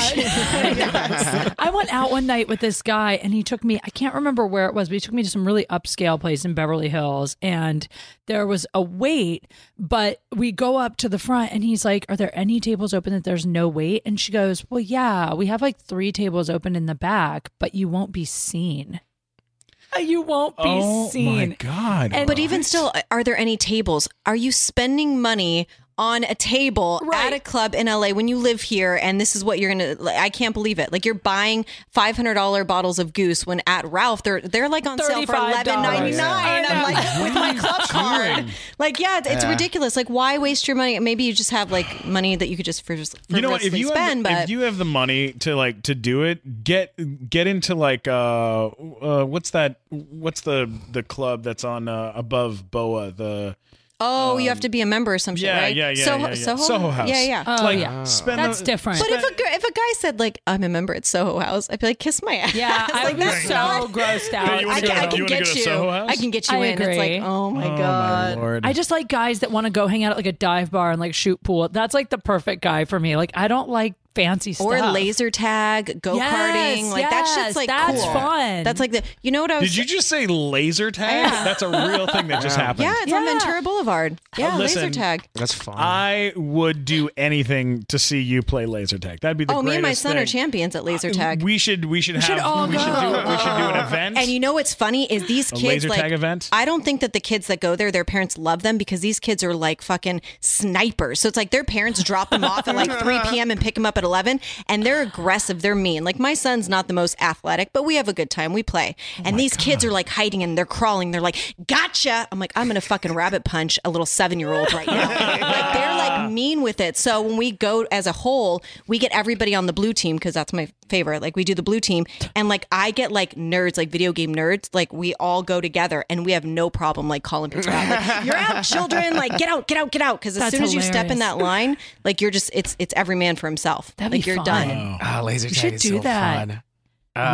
Speaker 3: I went out one night with this guy and he took me, I can't remember where it was, but he took me to some really upscale place in Beverly Hills and there was a wait, but we go up to the front and he's like, Are there any tables open that there's no wait? And she goes, Well, yeah, we have like three tables open in the back, but you won't be seen.
Speaker 5: Uh,
Speaker 3: You won't be
Speaker 2: oh
Speaker 3: seen.
Speaker 2: my god.
Speaker 3: And-
Speaker 5: But even still, are there any tables? Are you spending money on a table
Speaker 3: Right.
Speaker 5: at a club in LA when you live here? And this is what you're gonna. Like, I can't believe it. Like you're buying five hundred dollar bottles of Goose when at Ralph they're they're like on sale for
Speaker 3: $35.
Speaker 5: eleven
Speaker 3: I
Speaker 5: ninety nine.
Speaker 3: know.
Speaker 5: I'm like with my club card.
Speaker 2: doing?
Speaker 5: Like yeah, it's, it's ridiculous. Like why waste your money? Maybe you just have like money that you could just for just
Speaker 2: you know what? If you
Speaker 5: spend.
Speaker 2: have,
Speaker 5: but
Speaker 2: if you have the money to like to do it, get get into like uh, uh what's that? What's the the club that's on uh, above Boa? The
Speaker 5: oh, you have to be a member or some shit,
Speaker 2: um, yeah,
Speaker 5: right?
Speaker 2: yeah, yeah,
Speaker 5: Soho,
Speaker 2: yeah, yeah.
Speaker 5: Soho,
Speaker 2: Soho House.
Speaker 5: Yeah, yeah.
Speaker 3: Oh,
Speaker 2: like
Speaker 3: yeah.
Speaker 2: spend
Speaker 3: That's
Speaker 2: the-
Speaker 3: different.
Speaker 5: But if a gir- if a guy said like I'm a member at Soho House, I'd be like, kiss my ass.
Speaker 3: yeah, I
Speaker 5: like
Speaker 3: would be so grossed
Speaker 2: Yeah, you
Speaker 3: out.
Speaker 2: wanna
Speaker 5: I
Speaker 2: go to-
Speaker 5: can, I
Speaker 2: you wanna
Speaker 5: can
Speaker 2: go
Speaker 5: get
Speaker 2: to
Speaker 5: you.
Speaker 2: Soho House?
Speaker 5: I can get you
Speaker 3: I
Speaker 5: in.
Speaker 3: agree.
Speaker 5: It's like, oh my
Speaker 2: Oh
Speaker 5: god.
Speaker 2: my lord!
Speaker 3: I just like guys that want to go hang out at like a dive bar and like shoot pool. That's like the perfect guy for me. Like I don't like fancy stuff.
Speaker 5: Or laser tag, go karting,
Speaker 3: Yes,
Speaker 5: like that shit's
Speaker 3: yes,
Speaker 5: like
Speaker 3: that's
Speaker 5: cool.
Speaker 3: fun.
Speaker 5: That's like the you know what I was.
Speaker 2: Did you just say laser tag? That's a real thing that just happened.
Speaker 5: yeah, it's on
Speaker 3: Yeah.
Speaker 5: Ventura Boulevard. Yeah, laser
Speaker 2: listen,
Speaker 5: tag.
Speaker 4: That's fine.
Speaker 2: I would do anything to see you play laser tag. That'd be the
Speaker 5: Oh, me and my
Speaker 2: greatest
Speaker 5: son are
Speaker 2: thing.
Speaker 5: champions at laser tag.
Speaker 2: We should we should have
Speaker 3: should all
Speaker 2: we should
Speaker 3: go.
Speaker 2: do we should do an event.
Speaker 5: and you know what's funny is these kids
Speaker 2: laser
Speaker 5: like
Speaker 2: tag event?
Speaker 5: I don't think that the kids that go there, their parents love them because these kids are like fucking snipers. So it's like their parents drop them off at like 3 p.m. and pick them up at 11, and they're aggressive. They're mean. Like my son's not the most athletic, but we have a good time. We play,
Speaker 2: Oh
Speaker 5: and these kids are like hiding and they're crawling. They're like, "Gotcha!" I'm like, I'm gonna fucking rabbit punch a little seven year old right now. like they're like mean with it. So when we go as a whole, we get everybody on the blue team because that's my favorite. Like we do the blue team, and like I get like nerds, like video game nerds. Like we all go together, and we have no problem like calling people out. Like, you're out, children! Like get out, get out, get out! Because as
Speaker 3: That's
Speaker 5: soon as you step in
Speaker 3: hilarious.
Speaker 5: that line, like you're just it's it's every man for himself.
Speaker 3: That'd be
Speaker 5: like you're
Speaker 3: fun.
Speaker 5: done.
Speaker 4: Ah, laser tag
Speaker 3: should
Speaker 4: is
Speaker 3: do
Speaker 4: so
Speaker 3: that.
Speaker 4: fun.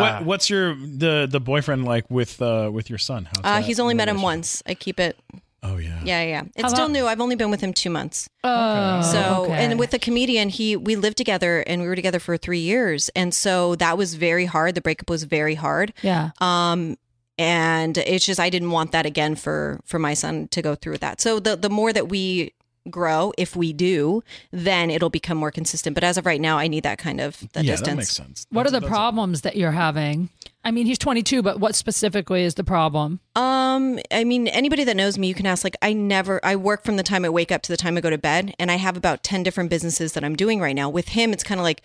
Speaker 2: what, what's your the the boyfriend like with uh with your son? How's
Speaker 5: Uh,
Speaker 2: that
Speaker 5: he's only met him
Speaker 2: relationship?
Speaker 5: once. I keep it.
Speaker 2: Oh yeah.
Speaker 5: Yeah, yeah. It's
Speaker 3: How
Speaker 5: still
Speaker 3: about-
Speaker 5: new. I've only been with him two months.
Speaker 3: Oh,
Speaker 5: So,
Speaker 3: okay.
Speaker 5: and with the comedian, he we lived together and we were together for three years, and so that was very hard. The breakup was very hard,
Speaker 3: yeah,
Speaker 5: um, and it's just I didn't want that again for for my son to go through with that. So the the more that we grow, if we do, then it'll become more consistent. But as of right now, I need that kind of that
Speaker 2: yeah,
Speaker 5: distance.
Speaker 2: that makes sense.
Speaker 3: what are
Speaker 2: That's-
Speaker 3: the
Speaker 2: that's-
Speaker 3: problems that you're having? I mean, he's 22, but what specifically is the problem?
Speaker 5: Um, I mean, anybody that knows me, you can ask. Like, I never, I work from the time I wake up to the time I go to bed, and I have about ten different businesses that I'm doing right now. With him, it's kind of like,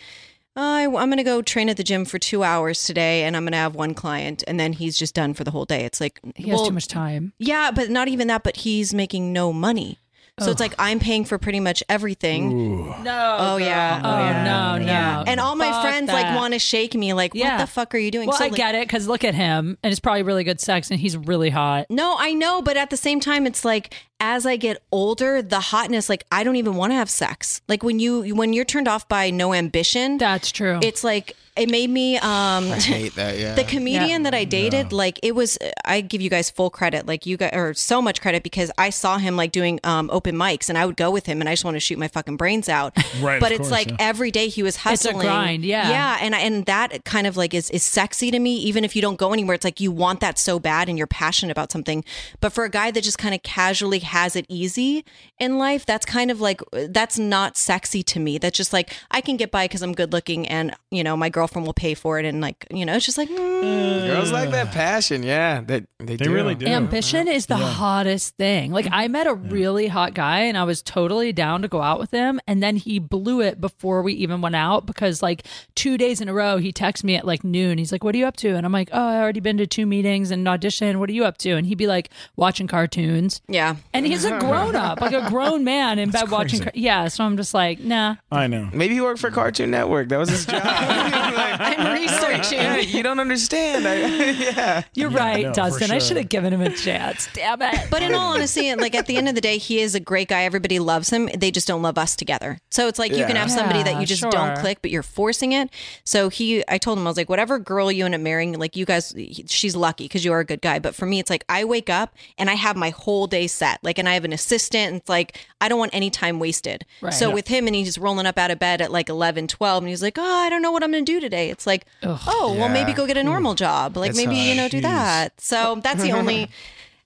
Speaker 5: uh, I, am going to go train at the gym for two hours today, and I'm going to have one client, and then he's just done for the whole day. It's like,
Speaker 3: He has too much time.
Speaker 5: yeah, but not even that. But he's making no money. So it's like I'm paying for pretty much everything.
Speaker 3: No.
Speaker 5: Oh, yeah.
Speaker 3: Oh,
Speaker 5: Yeah.
Speaker 3: no, no.
Speaker 5: Yeah. And all my
Speaker 3: Fuck
Speaker 5: friends
Speaker 3: that.
Speaker 5: like want to shake me like,
Speaker 3: Yeah.
Speaker 5: what the fuck are you doing?
Speaker 3: Well,
Speaker 5: So,
Speaker 3: I
Speaker 5: like,
Speaker 3: get it because look at him, and it's probably really good sex, and he's really hot.
Speaker 5: No, I know, but at the same time, it's like as I get older, the hotness, like I don't even want to have sex. Like when you when you're turned off by no ambition,
Speaker 3: That's true.
Speaker 5: it's like it made me um
Speaker 4: I hate that. Yeah.
Speaker 5: the comedian that I dated, like it was, I give you guys full credit, like you guys, or so much credit because I saw him like doing um, open mics and I would go with him and I just want to shoot my fucking brains out.
Speaker 2: Right,
Speaker 5: But
Speaker 2: of
Speaker 5: it's
Speaker 2: course,
Speaker 5: like
Speaker 2: yeah.
Speaker 5: every day he was
Speaker 3: a
Speaker 5: hustling.
Speaker 3: grind, yeah.
Speaker 5: Yeah. And, I, and that kind of like is, is sexy to me, even if you don't go anywhere. It's like you want that so bad and you're passionate about something. But for a guy that just kind of casually has it easy in life, that's kind of like, that's not sexy to me. That's just like, I can get by because I'm good looking and, you know, my girlfriend will pay for it. And like, you know, it's just like, mm.
Speaker 4: Girls like that passion. Yeah. They, they,
Speaker 2: They really do.
Speaker 3: Ambition is the hottest thing. Like I met a really hot guy and I was totally down to go out with him and then he blew it before we even went out because like 2 days in a row he texts me at like noon. He's like, "What are you up to?" And I'm like, "Oh, I already been to two meetings and an audition. What are you up to?" And he'd be like, "Watching cartoons."
Speaker 5: yeah.
Speaker 3: And he's a grown up, like a grown man in bed watching. Car- yeah, so I'm just like, "Nah."
Speaker 2: I know.
Speaker 4: Maybe he worked for Cartoon Network. That was his job. Like,
Speaker 5: I'm researching.
Speaker 4: hey, you don't understand. I, yeah.
Speaker 3: You're right,
Speaker 2: for
Speaker 3: Dustin. I
Speaker 2: sure.
Speaker 3: should have given him a chance. Damn it.
Speaker 5: But in all honesty, and like at the end of the day, he is a great guy. Everybody loves him. They just don't love us together. So it's like you can
Speaker 4: Yeah.
Speaker 5: have somebody that
Speaker 3: Yeah,
Speaker 5: you just
Speaker 3: sure.
Speaker 5: don't click, but you're forcing it. So he, I told him, I was like, whatever girl you end up marrying, like you guys, he- she's lucky because you are a good guy. But for me, it's like I wake up and I have my whole day set. Like, and I have an assistant. And it's like I don't want any time wasted.
Speaker 3: Right.
Speaker 5: So with him, and he's rolling up out of bed at like 11, 12, and he's like, oh, I don't know what I'm going to do today. It's like, oh, well, maybe go get a normal job. Like maybe you know do that. So that's the only.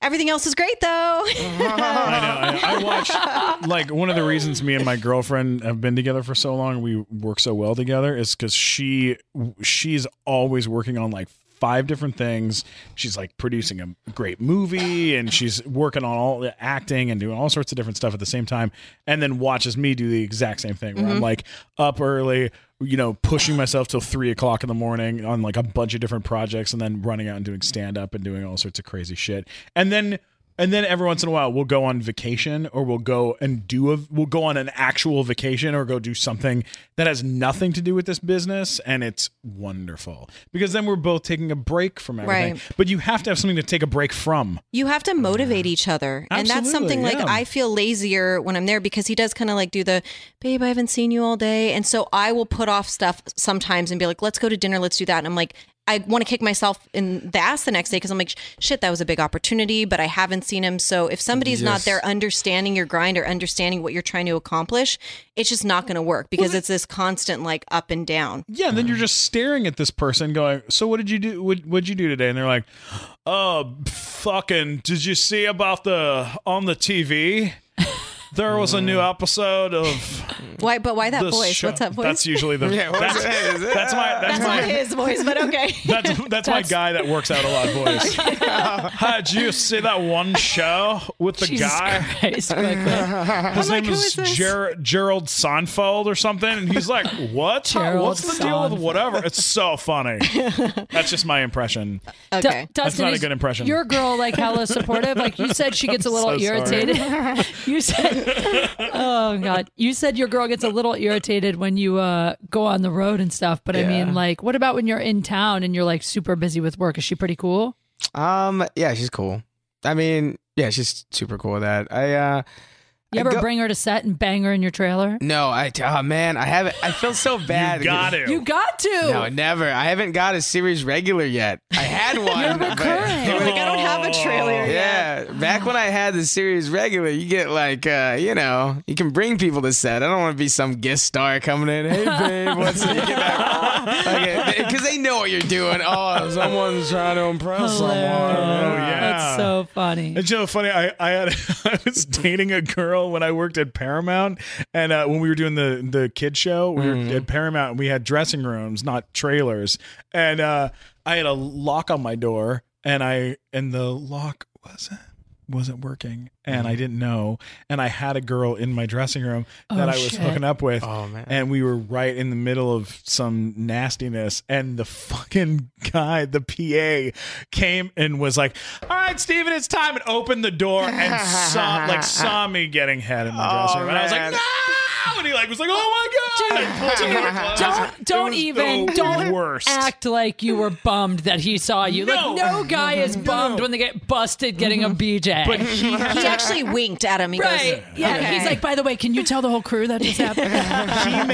Speaker 5: Everything else is great though.
Speaker 2: I know. I, I watched like one of the reasons me and my girlfriend have been together for so long. We work so well together is because she she's always working on like five different things. She's like producing a great movie and she's working on all the acting and doing all sorts of different stuff at the same time. And then watches me do the exact same thing where I'm like up early. You know, pushing myself till three o'clock in the morning on like a bunch of different projects, and then running out and doing stand up and doing all sorts of crazy shit. And then and then every once in a while, we'll go on vacation or we'll go and do a, we'll go on an actual vacation or go do something that has nothing to do with this business. And it's wonderful because then we're both taking a break from everything.
Speaker 5: Right.
Speaker 2: But you have to have something to take a break from.
Speaker 5: You have to motivate each other. And that's
Speaker 2: Absolutely,
Speaker 5: something like
Speaker 2: yeah.
Speaker 5: I feel lazier when I'm there because he does kind of like do the, babe, I haven't seen you all day. And so I will put off stuff sometimes and be like, let's go to dinner, let's do that. And I'm like, I want to kick myself in the ass the next day because I'm like, shit, that was a big opportunity, but I haven't seen him. So if somebody's not there understanding your grind or understanding what you're trying to accomplish, it's just not going to work because it's this constant like up and down.
Speaker 2: Yeah. And then
Speaker 5: Mm.
Speaker 2: you're just staring at this person going, So what did you do? What, what'd you do today? And they're like, Oh, fucking, did you see about the on the TV? There was a new episode of
Speaker 5: Why? But why that
Speaker 2: the
Speaker 5: voice?
Speaker 2: show.
Speaker 5: What's that voice?
Speaker 2: That's usually the.
Speaker 4: Yeah, what
Speaker 2: that's,
Speaker 4: was it? Is it-
Speaker 2: that's my. That's,
Speaker 5: That's
Speaker 2: my.
Speaker 5: not his voice, but okay.
Speaker 2: That's, that's, my guy that works out a lot voice. Hi, did you see that one show with the
Speaker 3: Jesus
Speaker 2: guy?
Speaker 3: Christ, Brooklyn.
Speaker 2: His
Speaker 5: I'm like,
Speaker 2: name
Speaker 5: who
Speaker 2: is,
Speaker 5: is this?
Speaker 2: Ger- Gerald Seinfeld or something. And he's like, what?
Speaker 3: Gerald
Speaker 2: What's the deal
Speaker 3: Seinfeld.
Speaker 2: with whatever? It's so funny. That's just my impression.
Speaker 3: D-
Speaker 5: Okay.
Speaker 3: Dustin,
Speaker 2: not a
Speaker 3: is
Speaker 2: good impression.
Speaker 3: Your girl, like, hella supportive. Like you said, she gets a
Speaker 2: so
Speaker 3: little
Speaker 2: sorry.
Speaker 3: irritated. you said, "Oh God," you said your girl gets a little irritated when you uh, go on the road and stuff. But I mean, like, what about when you're in town and you're like super busy with work? Is she pretty cool?
Speaker 4: Um. Yeah. She's cool. I mean, yeah. She's super cool with that. I. uh
Speaker 3: You
Speaker 4: I
Speaker 3: ever
Speaker 4: go-
Speaker 3: bring her to set and bang her in your trailer?
Speaker 4: No. I. Oh man. I haven't. I feel so bad.
Speaker 2: You got it.
Speaker 3: You got to.
Speaker 4: No, never. I haven't got a series regular yet. I had one.
Speaker 3: You're
Speaker 4: but-
Speaker 3: recurring.
Speaker 5: Like, I don't have
Speaker 2: Oh,
Speaker 5: a trailer yet.
Speaker 4: Yeah, back when I had the series regular, you get like, uh, you know, you can bring people to set. I don't want to be some guest star coming in. Hey, babe, what's it? Because uh, they know what you're doing. Oh, someone's trying to impress
Speaker 2: Oh,
Speaker 4: someone.
Speaker 2: yeah.
Speaker 3: That's so funny.
Speaker 2: It's so funny. I, I had I was dating a girl when I worked at Paramount, and uh, when we were doing the the kid show, we were at Paramount. and We had dressing rooms, not trailers. And uh, I had a lock on my door, and I and the lock wasn't wasn't working, and
Speaker 4: Mm-hmm.
Speaker 2: I didn't know. And I had a girl in my dressing room that I was
Speaker 3: shit.
Speaker 2: hooking up with,
Speaker 4: Oh, man.
Speaker 2: and we were right in the middle of some nastiness, and the fucking guy, the PA, came and was like, "All right, right, Steven, it's time. And opened the door and saw like saw me getting head in the dressing room. And I was like,
Speaker 4: Oh, man.
Speaker 2: no! And he like was like, oh my god! And pulled me in the closet.
Speaker 3: Don't don't
Speaker 2: It was
Speaker 3: even
Speaker 2: the
Speaker 3: don't
Speaker 2: worst.
Speaker 3: act like you were bummed that he saw you.
Speaker 2: No. Mm-hmm.
Speaker 3: Like no guy is bummed when they get busted getting a BJ.
Speaker 2: But he
Speaker 5: He actually winked at him. He
Speaker 3: right?
Speaker 5: goes,
Speaker 3: Yeah.
Speaker 5: okay.
Speaker 3: He's like, by the way, can you tell the whole crew that just happened?
Speaker 2: he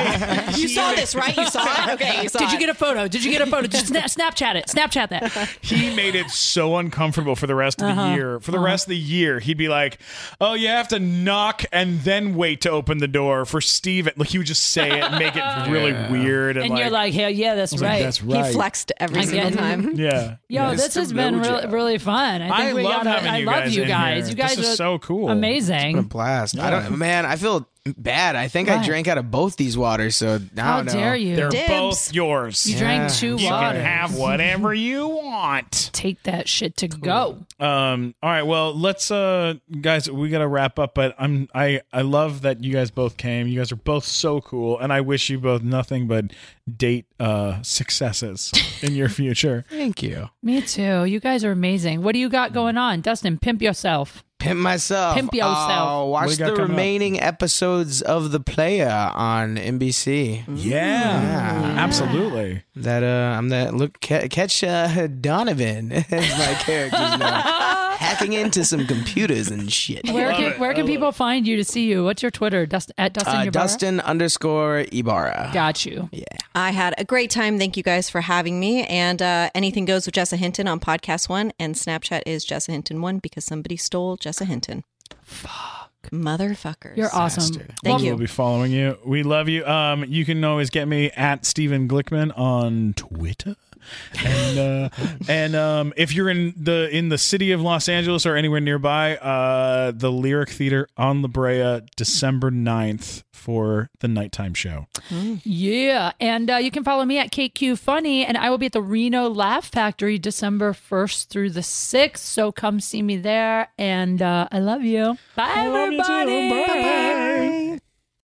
Speaker 2: made
Speaker 5: you saw this, right? You saw it. Okay, you saw
Speaker 3: Did you
Speaker 5: it.
Speaker 3: get a photo? Did you get a photo? Just sna- Snapchat it. Snapchat that.
Speaker 2: he made it so uncomfortable for the rest of the
Speaker 3: Uh-huh.
Speaker 2: year. For the rest of the year, he'd be like, "Oh, you have to knock and then wait to open the door for Steven." Like he would just say it, and make it really weird, and,
Speaker 3: And you're like, hell yeah, that's right.
Speaker 2: "That's right."
Speaker 5: He flexed every single
Speaker 3: Again.
Speaker 5: time.
Speaker 2: yeah.
Speaker 3: Yo, this has been really, really fun. I, think
Speaker 2: I
Speaker 3: we
Speaker 2: love
Speaker 3: gotta,
Speaker 2: having
Speaker 3: I
Speaker 2: you
Speaker 3: love
Speaker 2: guys
Speaker 3: you
Speaker 2: in
Speaker 3: guys.
Speaker 2: here.
Speaker 3: You guys
Speaker 2: This is
Speaker 3: are
Speaker 2: so cool.
Speaker 4: What a
Speaker 3: amazing.
Speaker 4: blast. I don't man, I feel bad. I think I
Speaker 3: Why?
Speaker 4: drank out of both these waters, so now
Speaker 3: How
Speaker 4: I know.
Speaker 3: dare you?
Speaker 2: They're
Speaker 5: Dibs.
Speaker 2: both yours.
Speaker 3: You drank
Speaker 4: Yeah.
Speaker 3: two
Speaker 2: You can
Speaker 3: waters.
Speaker 2: have whatever you want.
Speaker 3: Take that shit to go.
Speaker 2: Um, all right, well, let's uh guys, we gotta wrap up, but I'm I I love that you guys both came. You guys are both so cool, and I wish you both nothing but date uh successes in your future.
Speaker 4: Thank you.
Speaker 3: Me too. You guys are amazing. What do you got going on, Dustin? Pimp yourself.
Speaker 4: Pimp myself.
Speaker 3: Pimp yourself.
Speaker 4: Oh,
Speaker 2: What
Speaker 4: watch
Speaker 2: do you got
Speaker 4: the
Speaker 2: coming up?
Speaker 4: remaining episodes of The Player on
Speaker 3: Mm-hmm.
Speaker 4: NBC.
Speaker 2: Yeah. Absolutely.
Speaker 4: That uh, I'm that look ca- catch uh, Donovan as my character's now hacking into some computers and shit.
Speaker 3: Where can where can people find you to see you? What's your Twitter? Dust at Dustin.
Speaker 4: Uh,
Speaker 3: Ybarra?
Speaker 4: Dustin underscore Ibarra.
Speaker 3: Got you.
Speaker 5: I had a great time. Thank you guys for having me. And uh, anything goes with Jessa Hinton on Podcast One, and Snapchat is Jessa Hinton One because somebody stole Jessa Hinton. Fuck, motherfuckers!
Speaker 3: You're awesome.
Speaker 5: Thank
Speaker 2: We'll
Speaker 5: you.
Speaker 2: be following you. We love you. Um, you can always get me at Steven Glickman on Twitter. and uh, and um, if you're in the in the city of Los Angeles or anywhere nearby, uh, the Lyric Theater on La Brea, December 9th for the nighttime show.
Speaker 3: Yeah, and uh, you can follow me at KQ Funny, and I will be at the Reno Laugh Factory December first through the sixth. So come see me there, and uh, I love you. Bye, everybody.
Speaker 2: Bye.